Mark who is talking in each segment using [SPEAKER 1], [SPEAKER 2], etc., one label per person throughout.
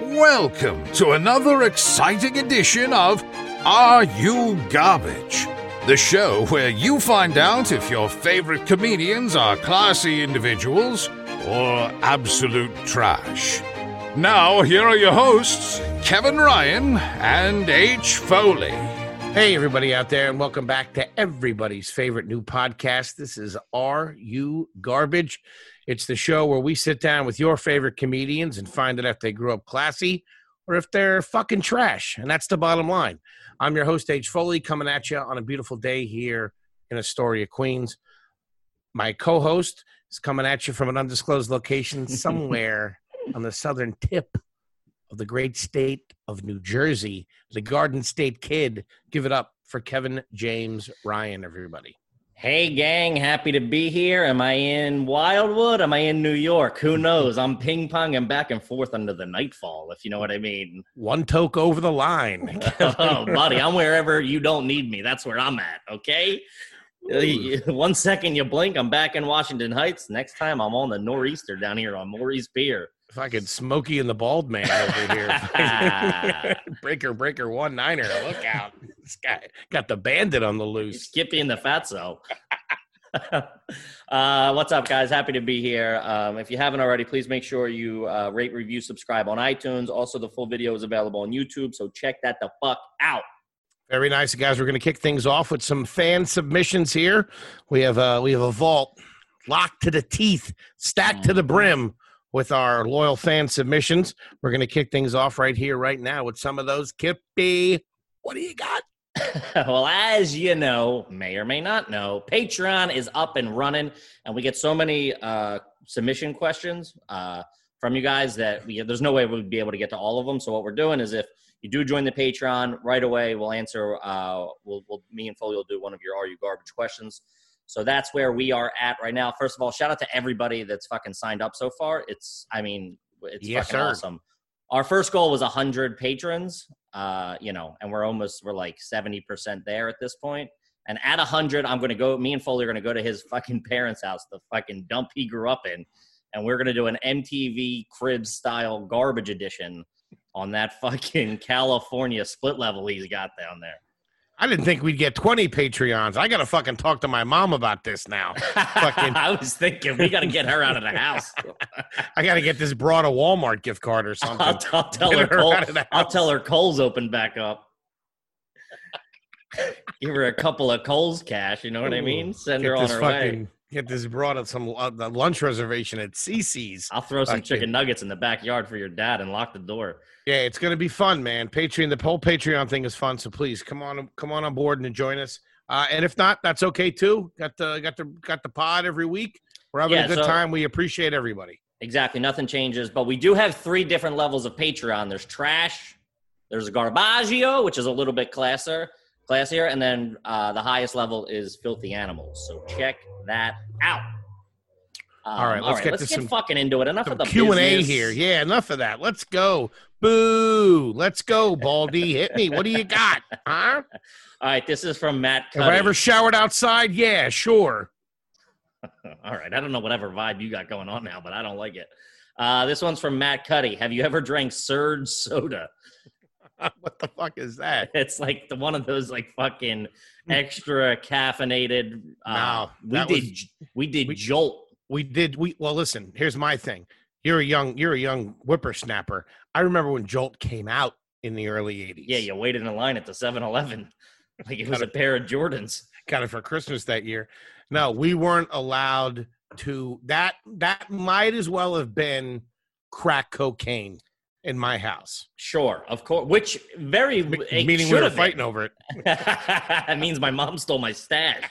[SPEAKER 1] Welcome to another exciting edition of Are You Garbage? The show where you find out if your favorite comedians are classy individuals or absolute trash. Now, here are your hosts, Kevin Ryan and H. Foley.
[SPEAKER 2] Hey, everybody out there, and welcome back to everybody's favorite new podcast. This is Are You Garbage? It's the show where we sit down with your favorite comedians and find out if they grew up classy or if they're fucking trash. And that's the bottom line. I'm your host, H. Foley, coming at you on a beautiful day here in Astoria, Queens. My co host is coming at you from an undisclosed location somewhere on the southern tip of the great state of New Jersey, the Garden State Kid. Give it up for Kevin James Ryan, everybody.
[SPEAKER 3] Hey, gang, happy to be here. Am I in Wildwood? Am I in New York? Who knows? I'm ping ponging back and forth under the nightfall, if you know what I mean.
[SPEAKER 2] One toke over the line.
[SPEAKER 3] oh, buddy, I'm wherever you don't need me. That's where I'm at, okay?
[SPEAKER 2] Ooh.
[SPEAKER 3] One second you blink, I'm back in Washington Heights. Next time, I'm on the Nor'easter down here on Maury's Pier.
[SPEAKER 2] Fucking Smokey and the Bald Man over here. breaker, breaker, one niner. Look out. This guy got the bandit on the loose.
[SPEAKER 3] Skippy and the Fatso. uh, what's up, guys? Happy to be here. Um, if you haven't already, please make sure you uh, rate, review, subscribe on iTunes. Also, the full video is available on YouTube, so check that the fuck out.
[SPEAKER 2] Very nice, guys. We're going to kick things off with some fan submissions here. We have a we have a vault locked to the teeth, stacked to the brim with our loyal fan submissions. We're going to kick things off right here, right now, with some of those. Kippy, what do you got?
[SPEAKER 3] well, as you know, may or may not know, Patreon is up and running, and we get so many uh, submission questions uh, from you guys that we, there's no way we'd be able to get to all of them. So what we're doing is if you do join the Patreon right away, we'll answer. Uh, we'll, we'll me and Foley will do one of your "Are you garbage?" questions. So that's where we are at right now. First of all, shout out to everybody that's fucking signed up so far. It's, I mean, it's
[SPEAKER 2] Yes,
[SPEAKER 3] fucking
[SPEAKER 2] sir.
[SPEAKER 3] awesome. Our first goal was 100 patrons, uh, you know, and we're almost, we're like 70% there at this point. And at 100, I'm going to go, me and Foley are going to go to his fucking parents' house, the fucking dump he grew up in. And we're going to do an MTV crib style garbage edition on that fucking California split level he's got down there.
[SPEAKER 2] I didn't think we'd get twenty Patreons. I got to fucking talk to my mom about this now. Fucking-
[SPEAKER 3] I was thinking we got to get her out of the house.
[SPEAKER 2] I got to get this broad a Walmart gift card or something.
[SPEAKER 3] I'll, I'll tell her.
[SPEAKER 2] Get her
[SPEAKER 3] Cole,
[SPEAKER 2] out of the
[SPEAKER 3] I'll
[SPEAKER 2] house.
[SPEAKER 3] tell her Cole's open back up. Give her a couple of Cole's cash. You know what I mean? Send her
[SPEAKER 2] Get
[SPEAKER 3] on
[SPEAKER 2] this
[SPEAKER 3] her
[SPEAKER 2] fucking
[SPEAKER 3] way.
[SPEAKER 2] get this broad at some uh, the lunch reservation at CC's.
[SPEAKER 3] I'll throw some
[SPEAKER 2] fucking-
[SPEAKER 3] chicken nuggets in the backyard for your dad and lock the door.
[SPEAKER 2] Yeah, it's gonna be fun, man. Patreon, the whole Patreon thing is fun. So please come on, come on on board and join us. Uh, and if not, that's okay too. Got the got the got the pod every week. We're having
[SPEAKER 3] Yeah,
[SPEAKER 2] a good
[SPEAKER 3] so-
[SPEAKER 2] time. We appreciate everybody.
[SPEAKER 3] Exactly. Nothing changes, but we do have three different levels of Patreon. There's trash. There's Garbaggio, which is a little bit classer, classier, and then uh, the highest level is Filthy Animals. So check that out. Um,
[SPEAKER 2] All right, let's get to some-
[SPEAKER 3] fucking into it. Enough
[SPEAKER 2] Some
[SPEAKER 3] of the
[SPEAKER 2] Q and A
[SPEAKER 3] business.
[SPEAKER 2] here. Yeah, enough of that. Let's go. Boo! Let's go, Baldy. Hit me. What do you got? Huh?
[SPEAKER 3] All right, this is from Matt.
[SPEAKER 2] Have I
[SPEAKER 3] Cuddy.
[SPEAKER 2] ever showered outside? Yeah, sure.
[SPEAKER 3] All right, I don't know whatever vibe you got going on now, but I don't like it. Uh, this one's from Matt Cuddy. Have you ever drank Surge soda?
[SPEAKER 2] what the fuck is that?
[SPEAKER 3] It's like the one of those like fucking extra caffeinated. Uh,
[SPEAKER 2] No,
[SPEAKER 3] we
[SPEAKER 2] Hmm. that
[SPEAKER 3] did
[SPEAKER 2] was-
[SPEAKER 3] we did
[SPEAKER 2] we-
[SPEAKER 3] Jolt.
[SPEAKER 2] we did we well listen here's my thing you're a young you're a young whippersnapper i remember when jolt came out in the early 80s
[SPEAKER 3] Yeah, you waited in line at the 7-Eleven like it was a
[SPEAKER 2] Gotta-
[SPEAKER 3] pair of Jordans.
[SPEAKER 2] got it for christmas that year no we weren't allowed to that that might as well have been crack cocaine in my house
[SPEAKER 3] Sure, of course. Which very
[SPEAKER 2] Me-
[SPEAKER 3] it
[SPEAKER 2] meaning we
[SPEAKER 3] should
[SPEAKER 2] were
[SPEAKER 3] have been.
[SPEAKER 2] fighting over it
[SPEAKER 3] that means my mom stole my stash.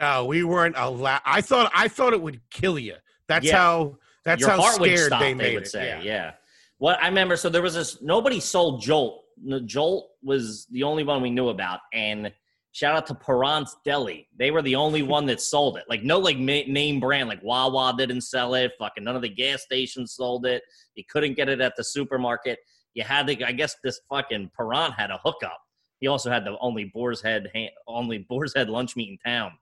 [SPEAKER 2] no we weren't allowed i thought i thought it would kill you that's
[SPEAKER 3] Yeah.
[SPEAKER 2] how that's
[SPEAKER 3] Your
[SPEAKER 2] how
[SPEAKER 3] heart
[SPEAKER 2] scared
[SPEAKER 3] would stop,
[SPEAKER 2] they
[SPEAKER 3] they,
[SPEAKER 2] made
[SPEAKER 3] would
[SPEAKER 2] it
[SPEAKER 3] say.
[SPEAKER 2] yeah.
[SPEAKER 3] Yeah. What I remember, so there was this nobody sold Jolt. No, Jolt was the only one we knew about, and shout out to Perrant's Deli. They were the only one that sold it. Like no, like ma- name brand, like Wawa didn't sell it. Fucking none of the gas stations sold it. You couldn't get it at the supermarket. You had to, I guess, this fucking Perrant had a hookup. He also had the only Boar's Head, ha- only Boar's Head lunch meat in town.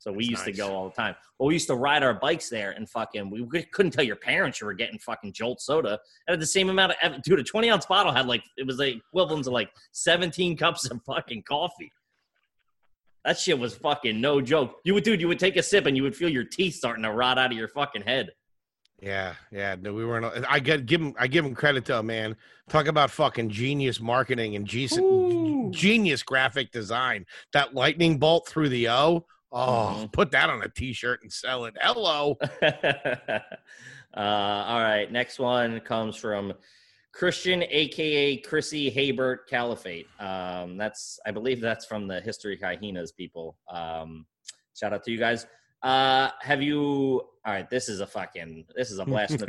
[SPEAKER 3] So So we
[SPEAKER 2] That's
[SPEAKER 3] used to
[SPEAKER 2] nice.
[SPEAKER 3] go all the time. Well, we used to ride our bikes there and fucking, we, we couldn't tell your parents you were getting fucking Jolt soda. And at the same amount of, dude, a 20 ounce bottle had like, it was the equivalent to like 17 cups of fucking coffee. That shit was fucking no joke. You would, dude, you would take a sip and you would feel your teeth starting to rot out of your fucking head.
[SPEAKER 2] Yeah, yeah. No, we weren't. I get give him. I give him credit though, man. Talk about fucking genius marketing and
[SPEAKER 3] Ooh.
[SPEAKER 2] genius, genius graphic design. That lightning bolt through the O. Oh,
[SPEAKER 3] Mhm.
[SPEAKER 2] put that on a T-shirt and sell it. Hello.
[SPEAKER 3] uh, all right. Next one comes from Christian, aka Chrissy Habert Caliphate. Um, that's I believe that's from the History Hyenas people. Um, shout out to you guys. Uh, have you? All right. This is a fucking. This is a blast in the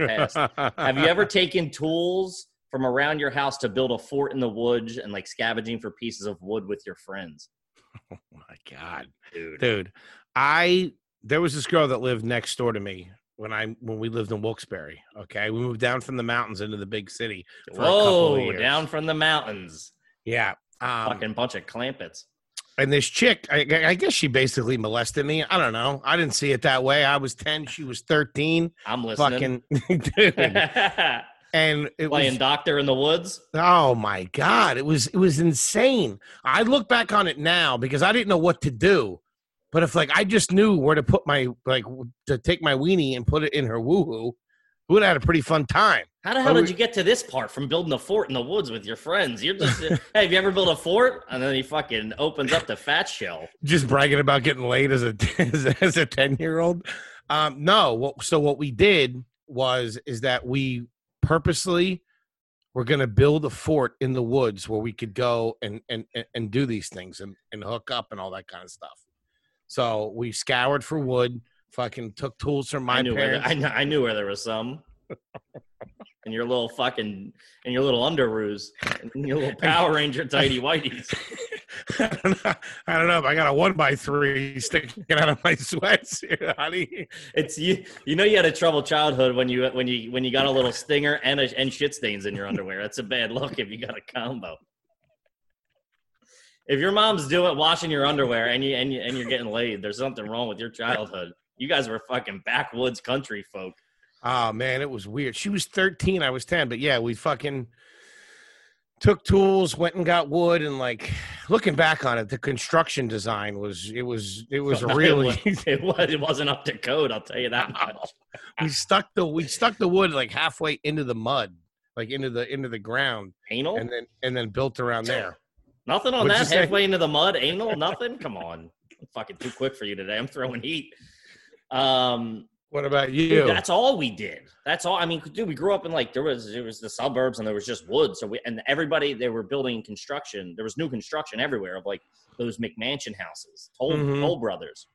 [SPEAKER 3] past. Have you ever taken tools from around your house to build a fort in the woods and like scavenging for pieces of wood with your friends?
[SPEAKER 2] Oh my God.
[SPEAKER 3] Dude.
[SPEAKER 2] dude i there was this girl that lived next door to me when i when we lived in wilkes-barre okay we moved down from the mountains into the big city for a couple of
[SPEAKER 3] Whoa,
[SPEAKER 2] years.
[SPEAKER 3] down from the mountains.
[SPEAKER 2] yeah um,
[SPEAKER 3] Fucking bunch of clampets.
[SPEAKER 2] and this chick I, I- I guess she basically molested me i don't know i didn't see it that way i was 10 she was 13
[SPEAKER 3] I'm listening.
[SPEAKER 2] fucking dude.
[SPEAKER 3] playing
[SPEAKER 2] and it was
[SPEAKER 3] doctor in the woods.
[SPEAKER 2] Oh my god, it was it was insane. I look back on it now because I didn't know what to do. But if like I just knew where to put my like w- to take my weenie and put it in her woohoo, we would have had a pretty fun time.
[SPEAKER 3] How the
[SPEAKER 2] Oh,
[SPEAKER 3] hell
[SPEAKER 2] we-
[SPEAKER 3] did you get to this part from building a fort in the woods with your friends? You're just hey, have you ever built a fort? And then he fucking opens up the fat shell.
[SPEAKER 2] Just bragging about getting laid as a as, a- as a ten year old. Um, no, what, so what we did was is that we purposely were going to build a fort in the woods where we could go and and and- and do these things and and hook up and all that kind of stuff. So we scoured for wood, fucking took tools from my
[SPEAKER 3] I knew where
[SPEAKER 2] parents.
[SPEAKER 3] I, kn- I knew where there was some. And your little fucking and your little underoos and your little Power Ranger tidy whiteys.
[SPEAKER 2] I, don't know, I don't know, but I got a one by three sticking out of my sweats, here, honey.
[SPEAKER 3] It's you. You know you had a troubled childhood when you when you when you got a little stinger and a, and shit stains in your underwear. That's a bad look if you got a combo. If your mom's doing washing your underwear and you and you, and you're getting laid, there's something wrong with your childhood. You guys were fucking backwoods country folk.
[SPEAKER 2] Oh man, it was weird. She was 13, I was 10, but yeah, we fucking took tools, went and got wood, and like looking back on it, the construction design was it was it was really
[SPEAKER 3] it was it wasn't up to code. I'll tell you that much.
[SPEAKER 2] we stuck the we stuck the wood like halfway into the mud, like into the into the ground,
[SPEAKER 3] Anal,
[SPEAKER 2] and then and then built around there.
[SPEAKER 3] nothing on
[SPEAKER 2] What'd
[SPEAKER 3] that.
[SPEAKER 2] you say?
[SPEAKER 3] Halfway into the mud, anal, nothing. Come on, I'm fucking too quick for you today. I'm throwing heat. Um,
[SPEAKER 2] What about
[SPEAKER 3] Dude,
[SPEAKER 2] you?
[SPEAKER 3] that's all we did. That's all. I mean, dude, we grew up in like there was there was the suburbs and there was just wood. So we and everybody they were building construction. There was new construction everywhere of like those McMansion houses, Toll
[SPEAKER 2] Mhm.
[SPEAKER 3] Toll Brothers.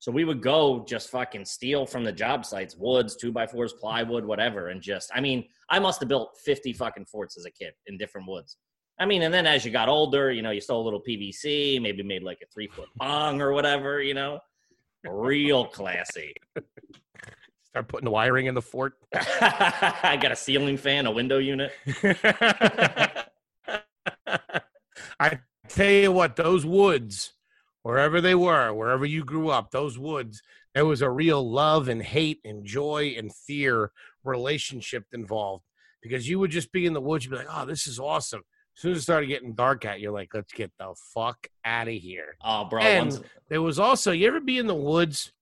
[SPEAKER 3] So we would go just fucking steal from the job sites, woods, two by fours, plywood, whatever, and just. I mean, I must have built fifty fucking forts as a kid in different woods. I mean, and then as you got older, you know, you stole a little PVC, maybe made like a three foot bong or whatever, you know, real classy.
[SPEAKER 2] Start putting wiring in the fort.
[SPEAKER 3] I got a ceiling fan, a window unit.
[SPEAKER 2] I tell you what, those woods, wherever they were, wherever you grew up, those woods, there was a real love and hate and joy and fear relationship involved because you would just be in the woods, you'd be like, oh, this is awesome. As soon as it started getting dark out, you're like, let's get the fuck out of here.
[SPEAKER 3] Oh, bro.
[SPEAKER 2] And-
[SPEAKER 3] once-
[SPEAKER 2] There was also, you ever be in the woods?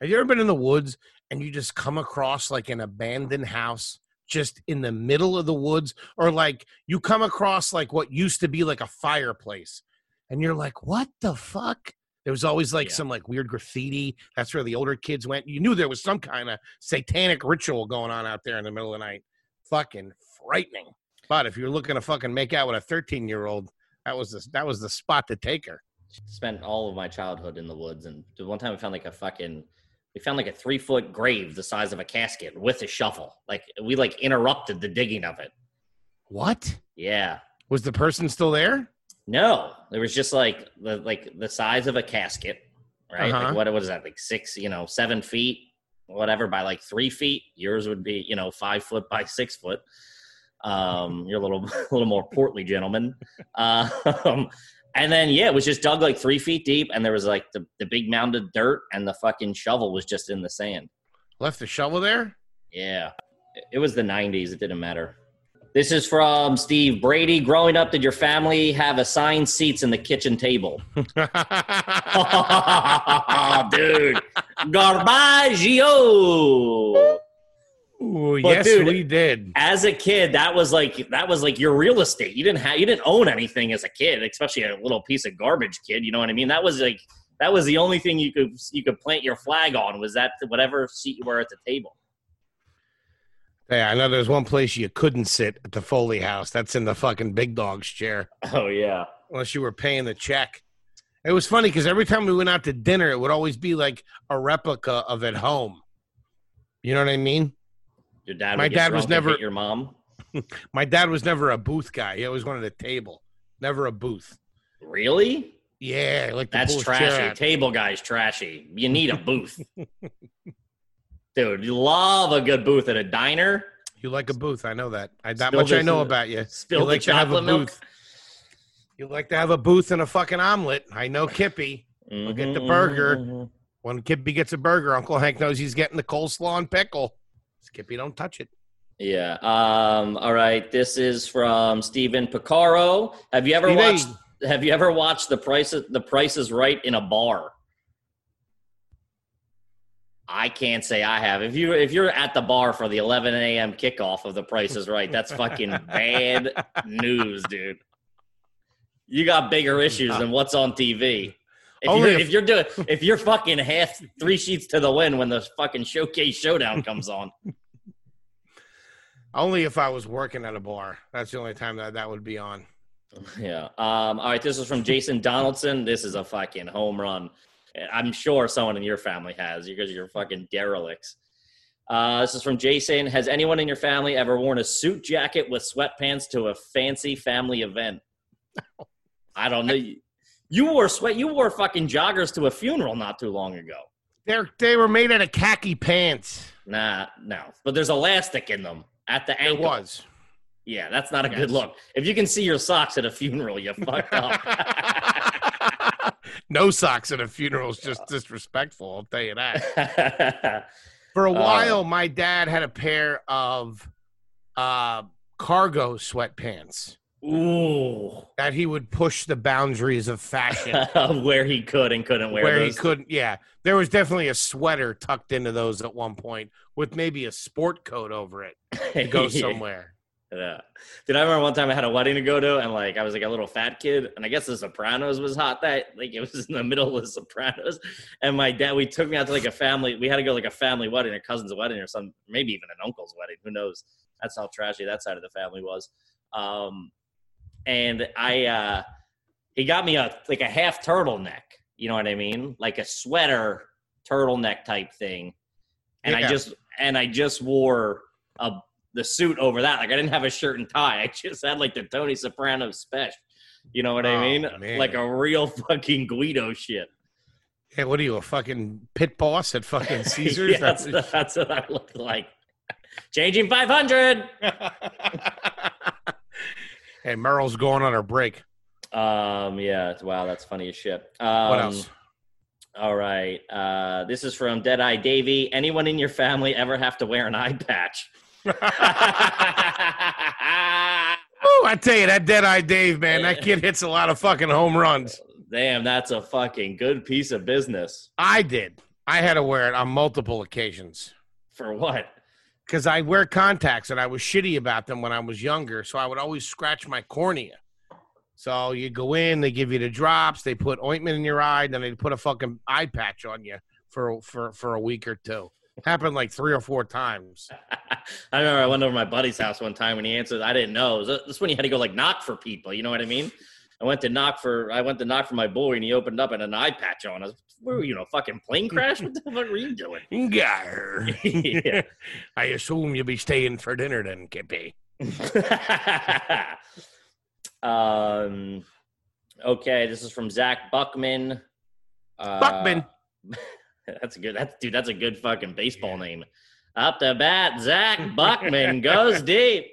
[SPEAKER 2] Have you ever been in the woods and you just come across like an abandoned house just in the middle of the woods? Or like you come across like what used to be like a fireplace and you're like, what the fuck? There was always like
[SPEAKER 3] Yeah.
[SPEAKER 2] some like weird graffiti. That's where the older kids went. You knew there was some kind of satanic ritual going on out there in the middle of the night. Fucking frightening. But if you're looking to fucking make out with a 13 year old, that was the, that was the spot to take her.
[SPEAKER 3] spent all of my childhood in the woods. And the one time we found like a fucking, we found like a three foot grave the size of a casket with a shovel. Like we like interrupted the digging of it.
[SPEAKER 2] What?
[SPEAKER 3] Yeah.
[SPEAKER 2] Was the person still there?
[SPEAKER 3] No, there was just like the like the size of a casket, right?
[SPEAKER 2] Uh-huh.
[SPEAKER 3] Like what what is that? Like six, you know, seven feet, whatever by like three feet. Yours would be, you know, five foot by six foot. Um, you're a little a little more portly gentleman. Um, And then yeah, it was just dug like three feet deep, and there was like the, the big mound of dirt, and the fucking shovel was just in the sand.
[SPEAKER 2] Left the shovel there?
[SPEAKER 3] Yeah, It- it was the '90s. It didn't matter. This is from Steve Brady. Growing up, did your family have assigned seats in the kitchen table? dude, garbaggio.
[SPEAKER 2] Ooh,
[SPEAKER 3] Well,
[SPEAKER 2] yes,
[SPEAKER 3] dude-
[SPEAKER 2] we did.
[SPEAKER 3] As a kid, that was like that was like your real estate. You didn't have you didn't own anything as a kid, especially a little piece of garbage kid. You know what I mean? That was like that was the only thing you could you could plant your flag on was that whatever seat you were at the table.
[SPEAKER 2] Yeah, I know there's one place you couldn't sit at the Foley house. That's in the fucking big dog's chair,
[SPEAKER 3] Oh yeah.
[SPEAKER 2] unless you were paying the check. It was funny because every time we went out to dinner, it would always be like a replica of at home. You know what I mean?
[SPEAKER 3] Your dad.
[SPEAKER 2] My
[SPEAKER 3] would get
[SPEAKER 2] dad was
[SPEAKER 3] drunk and
[SPEAKER 2] never-
[SPEAKER 3] hit your mom.
[SPEAKER 2] My dad was never a booth guy. He always wanted a table, never a booth.
[SPEAKER 3] Really?
[SPEAKER 2] Yeah, like the
[SPEAKER 3] That's
[SPEAKER 2] coolest chair
[SPEAKER 3] trashy.
[SPEAKER 2] out.
[SPEAKER 3] Table guy's trashy. You need a booth. Dude, you love a good booth at a diner.
[SPEAKER 2] You like a booth. I know that. I, that
[SPEAKER 3] Spill
[SPEAKER 2] much I
[SPEAKER 3] this
[SPEAKER 2] know
[SPEAKER 3] in-
[SPEAKER 2] about you.
[SPEAKER 3] Spill
[SPEAKER 2] you
[SPEAKER 3] the
[SPEAKER 2] like to have a
[SPEAKER 3] chocolate milk.
[SPEAKER 2] booth. You like to have a booth and a fucking omelet. I know Kippy. We'll get the burger.
[SPEAKER 3] mhm.
[SPEAKER 2] When Kippy gets a burger, Uncle Hank knows he's getting the coleslaw and pickle. Skippy, don't touch it.
[SPEAKER 3] Yeah. Um, all right. This is from Steven Picaro. Have you ever
[SPEAKER 2] Steve A.
[SPEAKER 3] watched have you ever watched the price the price is right in a bar? I can't say I have. If you if you're at the bar for the eleven AM kickoff of the price is right, that's fucking bad news, dude. You got bigger issues than what's on TV. If
[SPEAKER 2] Only
[SPEAKER 3] you're,
[SPEAKER 2] if-
[SPEAKER 3] if you're doing if you're fucking half three sheets to the wind when the fucking showcase showdown comes on.
[SPEAKER 2] Only if I was working at a bar. That's the only time that that would be on.
[SPEAKER 3] Yeah. Um, all right. This is from Jason Donaldson. This is a fucking home run. I'm sure someone in your family has because you're fucking derelicts. Uh, this is from Jason. Has anyone in your family ever worn a suit jacket with sweatpants to a fancy family event? I don't know. You wore sweat. You wore fucking joggers to a funeral not too long ago.
[SPEAKER 2] They're, they were made out of khaki pants.
[SPEAKER 3] Nah, no. But there's elastic in them at the
[SPEAKER 2] It
[SPEAKER 3] ankle.
[SPEAKER 2] was.
[SPEAKER 3] Yeah, that's not a
[SPEAKER 2] Yes.
[SPEAKER 3] good look. If you can see your socks at a funeral, you fucked up.
[SPEAKER 2] no socks at a funeral is just disrespectful. I'll tell you that.
[SPEAKER 3] yeah,
[SPEAKER 2] For a
[SPEAKER 3] Uh,
[SPEAKER 2] while, my dad had a pair of uh, cargo sweatpants
[SPEAKER 3] Ooh.
[SPEAKER 2] that he would push the boundaries of fashion
[SPEAKER 3] where he could and couldn't wear
[SPEAKER 2] where he
[SPEAKER 3] those.
[SPEAKER 2] couldn't. Yeah, there was definitely a sweater tucked into those at one point with maybe a sport coat over it to go somewhere.
[SPEAKER 3] Yeah. uh, Dude, I remember one time I had a wedding to go to, and like I was like a little fat kid, and I guess The Sopranos was hot that like it was in the middle of The Sopranos, and my dad we took me out to like a family. We had to go to, like a family wedding, a cousin's wedding, or some maybe even an uncle's wedding. Who knows? That's how trashy that side of the family was. Um, and I uh, he got me a like a half turtleneck. You know what I mean? Like a sweater turtleneck type thing. And
[SPEAKER 2] Yeah.
[SPEAKER 3] I just and I just wore a the suit over that. Like I didn't have a shirt and tie. I just had like the Tony Soprano special. You know what
[SPEAKER 2] Oh,
[SPEAKER 3] I mean?
[SPEAKER 2] man.
[SPEAKER 3] Like a real fucking Guido shit.
[SPEAKER 2] Hey, what are you, a fucking pit boss at fucking Caesars?
[SPEAKER 3] yeah, that's, that's what I look like. Changing 500.
[SPEAKER 2] hey, Merle's going on her break.
[SPEAKER 3] Um, yeah. Wow, that's funny as shit. Um,
[SPEAKER 2] What else?
[SPEAKER 3] All right. Uh, this is from Dead Eye Davey. Anyone in your family ever have to wear an eye patch?
[SPEAKER 2] Oh, I tell you, that dead eye Dave, man, that kid hits a lot of fucking home runs.
[SPEAKER 3] Damn, that's a fucking good piece of business.
[SPEAKER 2] I did. I had to wear it on multiple occasions
[SPEAKER 3] For what?
[SPEAKER 2] because I wear contacts and I was shitty about them when I was younger. So I would always scratch my cornea. So you go in, they give you the drops, they put ointment in your eye, then they put a fucking eye patch on you for for for a week or two. Happened like three or four times.
[SPEAKER 3] I remember I went over to my buddy's house one time when he answered, I didn't know. It was- This is when you had to go like knock for people. You know what I mean? I went to knock for I went to knock for my boy and he opened up and an eye patch on. I was, where were you, you know, fucking plane crash? What the fuck were you doing?
[SPEAKER 2] Gar.
[SPEAKER 3] Yeah.
[SPEAKER 2] I assume you'll be staying for dinner then, Kippy.
[SPEAKER 3] um, okay, this is from Zach Buckman. Uh,
[SPEAKER 2] Buckman.
[SPEAKER 3] That's a good. That's dude. That's a good fucking baseball name. Up the bat, Zach Buckman goes deep.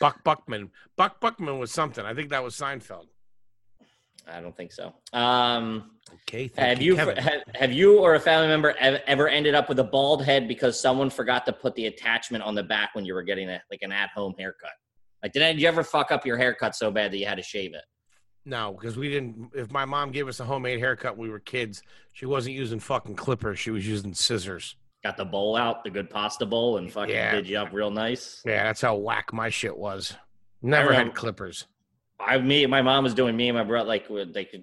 [SPEAKER 2] Buck Buckman. Buck Buckman was something. I think that was Seinfeld.
[SPEAKER 3] I don't think so. Um,
[SPEAKER 2] Okay, thank
[SPEAKER 3] have you
[SPEAKER 2] Kevin.
[SPEAKER 3] have, have you or a family member ev- ever ended up with a bald head because someone forgot to put the attachment on the back when you were getting a, like an at home haircut? Like, did, I, did you ever fuck up your haircut so bad that you had to shave it?
[SPEAKER 2] No, because we didn't. If my mom gave us a homemade haircut when we were kids, she wasn't using fucking clippers. She was using scissors.
[SPEAKER 3] Got the bowl out, the good pasta bowl, and fucking
[SPEAKER 2] Yeah.
[SPEAKER 3] did you up real nice.
[SPEAKER 2] Yeah, that's how whack my shit was. Never had
[SPEAKER 3] remember-
[SPEAKER 2] clippers.
[SPEAKER 3] I me my mom was doing me and my brother like we- like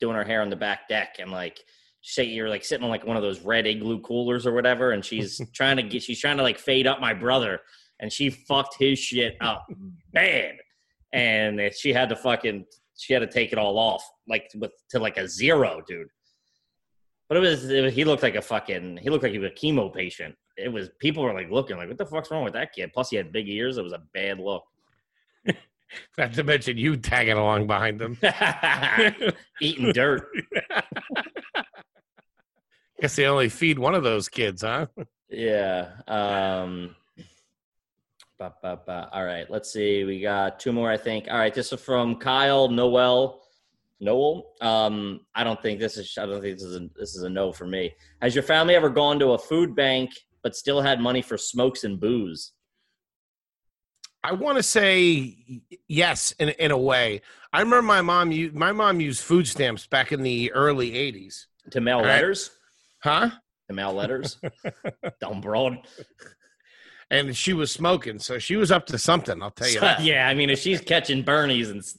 [SPEAKER 3] doing her hair on the back deck and like say you're like sitting on like one of those red igloo coolers or whatever and she's trying to get she's trying to like fade up my brother and she fucked his shit up bad and it- she had to fucking she had to take it all off like with to like a zero dude but it was, it was he looked like a fucking he looked like he was a chemo patient it was people were like looking like what the fuck's wrong with that kid plus he had big ears it was a bad look
[SPEAKER 2] Not to mention you tagging along behind them.
[SPEAKER 3] eating dirt
[SPEAKER 2] Guess they only feed one of those kids, huh?
[SPEAKER 3] Yeah. Um, ba, ba, ba. All right. Let's see. We got two more, I think. All right. This is from Kyle Noel. Noel. Um, I don't think this is. I don't think this is. A, this is a no for me. Has your family ever gone to a food bank but still had money for smokes and booze?
[SPEAKER 2] I want to say y- yes in in a way. I remember my mom. u- My mom used food stamps back in the early '80s.
[SPEAKER 3] To mail
[SPEAKER 2] All right.
[SPEAKER 3] letters.
[SPEAKER 2] Huh?
[SPEAKER 3] To mail letters. Dumb broad.
[SPEAKER 2] And she was smoking, so she was up to something. I'll tell you
[SPEAKER 3] So,
[SPEAKER 2] that.
[SPEAKER 3] yeah. I mean, if she's catching Bernie's and. s-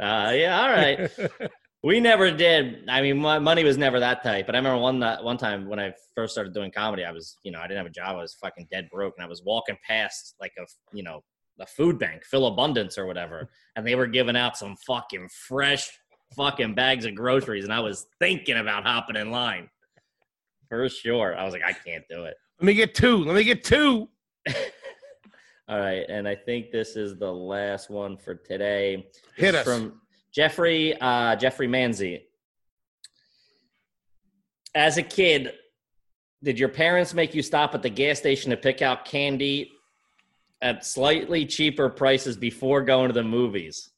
[SPEAKER 3] Uh, yeah. All right. We never did. I mean, my money was never that tight. But I remember one that one time when I first started doing comedy, I was, you know, I didn't have a job. I was fucking dead broke, and I was walking past like a, you know, a food bank, Phil Abundance or whatever, and they were giving out some fucking fresh fucking bags of groceries, and I was thinking about hopping in line for sure. I was like, I can't do it.
[SPEAKER 2] Let me get two. Let me get two.
[SPEAKER 3] All right, and I think this is the last one for today.
[SPEAKER 2] Hit us.
[SPEAKER 3] from Jeffrey uh, Jeffrey Manzi. As a kid, did your parents make you stop at the gas station to pick out candy at slightly cheaper prices before going to the movies?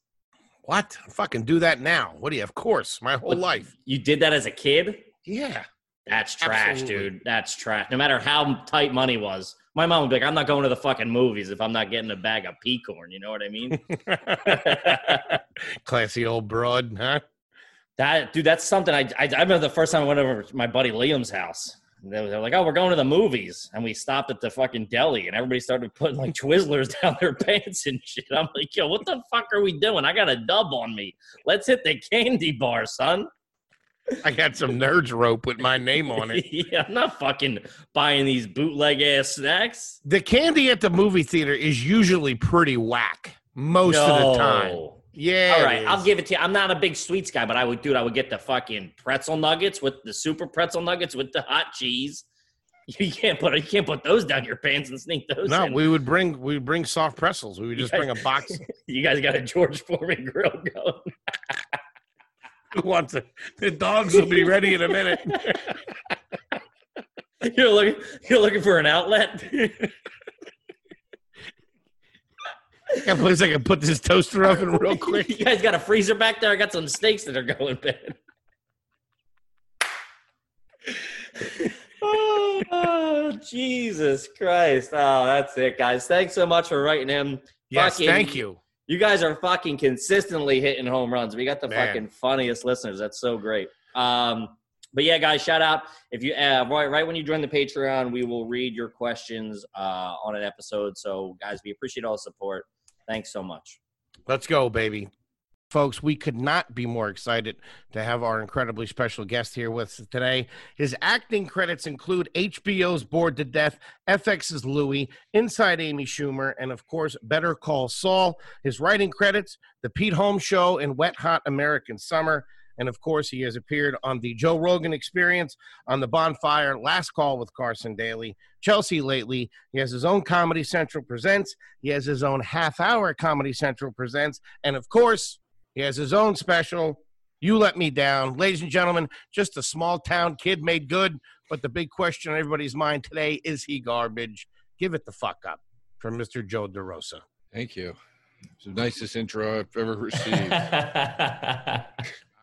[SPEAKER 2] What? Fucking do that now. What do you? Of course, my whole
[SPEAKER 3] What-
[SPEAKER 2] life.
[SPEAKER 3] You did that as a kid?
[SPEAKER 2] Yeah.
[SPEAKER 3] That's trash,
[SPEAKER 2] Absolutely.
[SPEAKER 3] dude. That's trash. No matter how tight money was, my mom would be like, "I'm not going to the fucking movies if I'm not getting a bag of pea corn." You know what I mean?
[SPEAKER 2] Classy old broad, huh?
[SPEAKER 3] That dude, that's something I, I I remember the first time I went over to my buddy Liam's house. They were they were like, "Oh, we're going to the movies," and we stopped at the fucking deli, and everybody started putting like Twizzlers down their pants and shit. I'm like, "Yo, what the fuck are we doing? I got a dub on me. Let's hit the candy bar, son."
[SPEAKER 2] I got some nerds rope with my name on it.
[SPEAKER 3] yeah, I'm not fucking buying these bootleg ass snacks
[SPEAKER 2] The candy at the movie theater is usually pretty whack most of the time.
[SPEAKER 3] No.
[SPEAKER 2] Yeah.
[SPEAKER 3] All
[SPEAKER 2] it
[SPEAKER 3] right, I'll
[SPEAKER 2] is.
[SPEAKER 3] give it to you. I'm not a big sweets guy, but I would, dude, I would get the fucking pretzel nuggets with the super pretzel nuggets with the hot cheese. You can't put you can't put those down your pants and sneak those.
[SPEAKER 2] No,
[SPEAKER 3] in.
[SPEAKER 2] we would bring we would bring soft pretzels. We would just
[SPEAKER 3] Yeah.
[SPEAKER 2] bring a box.
[SPEAKER 3] you guys got a George Foreman grill going.
[SPEAKER 2] Who wants it? The dogs will be ready in a minute.
[SPEAKER 3] You're looking you're looking for an outlet.
[SPEAKER 2] Can't believe I can put this toaster oven real quick.
[SPEAKER 3] you guys got a freezer back there. I got some steaks that are going bad. oh, Jesus Christ! Oh, that's it, guys. Thanks so much for writing him.
[SPEAKER 2] Yes,
[SPEAKER 3] Fucking-
[SPEAKER 2] thank you.
[SPEAKER 3] You guys are fucking consistently hitting home runs. We got the
[SPEAKER 2] Man.
[SPEAKER 3] fucking funniest listeners. That's so great. Um, but yeah, guys, shout out if you uh, right right when you join the Patreon, we will read your questions uh, on an episode. So guys, we appreciate all the support. Thanks so much.
[SPEAKER 2] Let's go, baby. Folks, we could not be more excited to have our incredibly special guest here with us today. His acting credits include HBO's Bored to Death, FX's Louie, Inside Amy Schumer, and of course, Better Call Saul. His writing credits, The Pete Holmes Show and Wet Hot American Summer. And of course, he has appeared on The Joe Rogan Experience, on The Bonfire, Last Call with Carson Daly, Chelsea Lately. He has his own Comedy Central Presents. He has his own half hour Comedy Central Presents. And of course, he has his own special, You Let Me Down. Ladies and gentlemen, just a small town kid made good. But the big question on everybody's mind today is he garbage? Give it the fuck up from Mr. Joe DeRosa.
[SPEAKER 4] Thank you. It's the nicest intro I've ever received.
[SPEAKER 3] Thanks,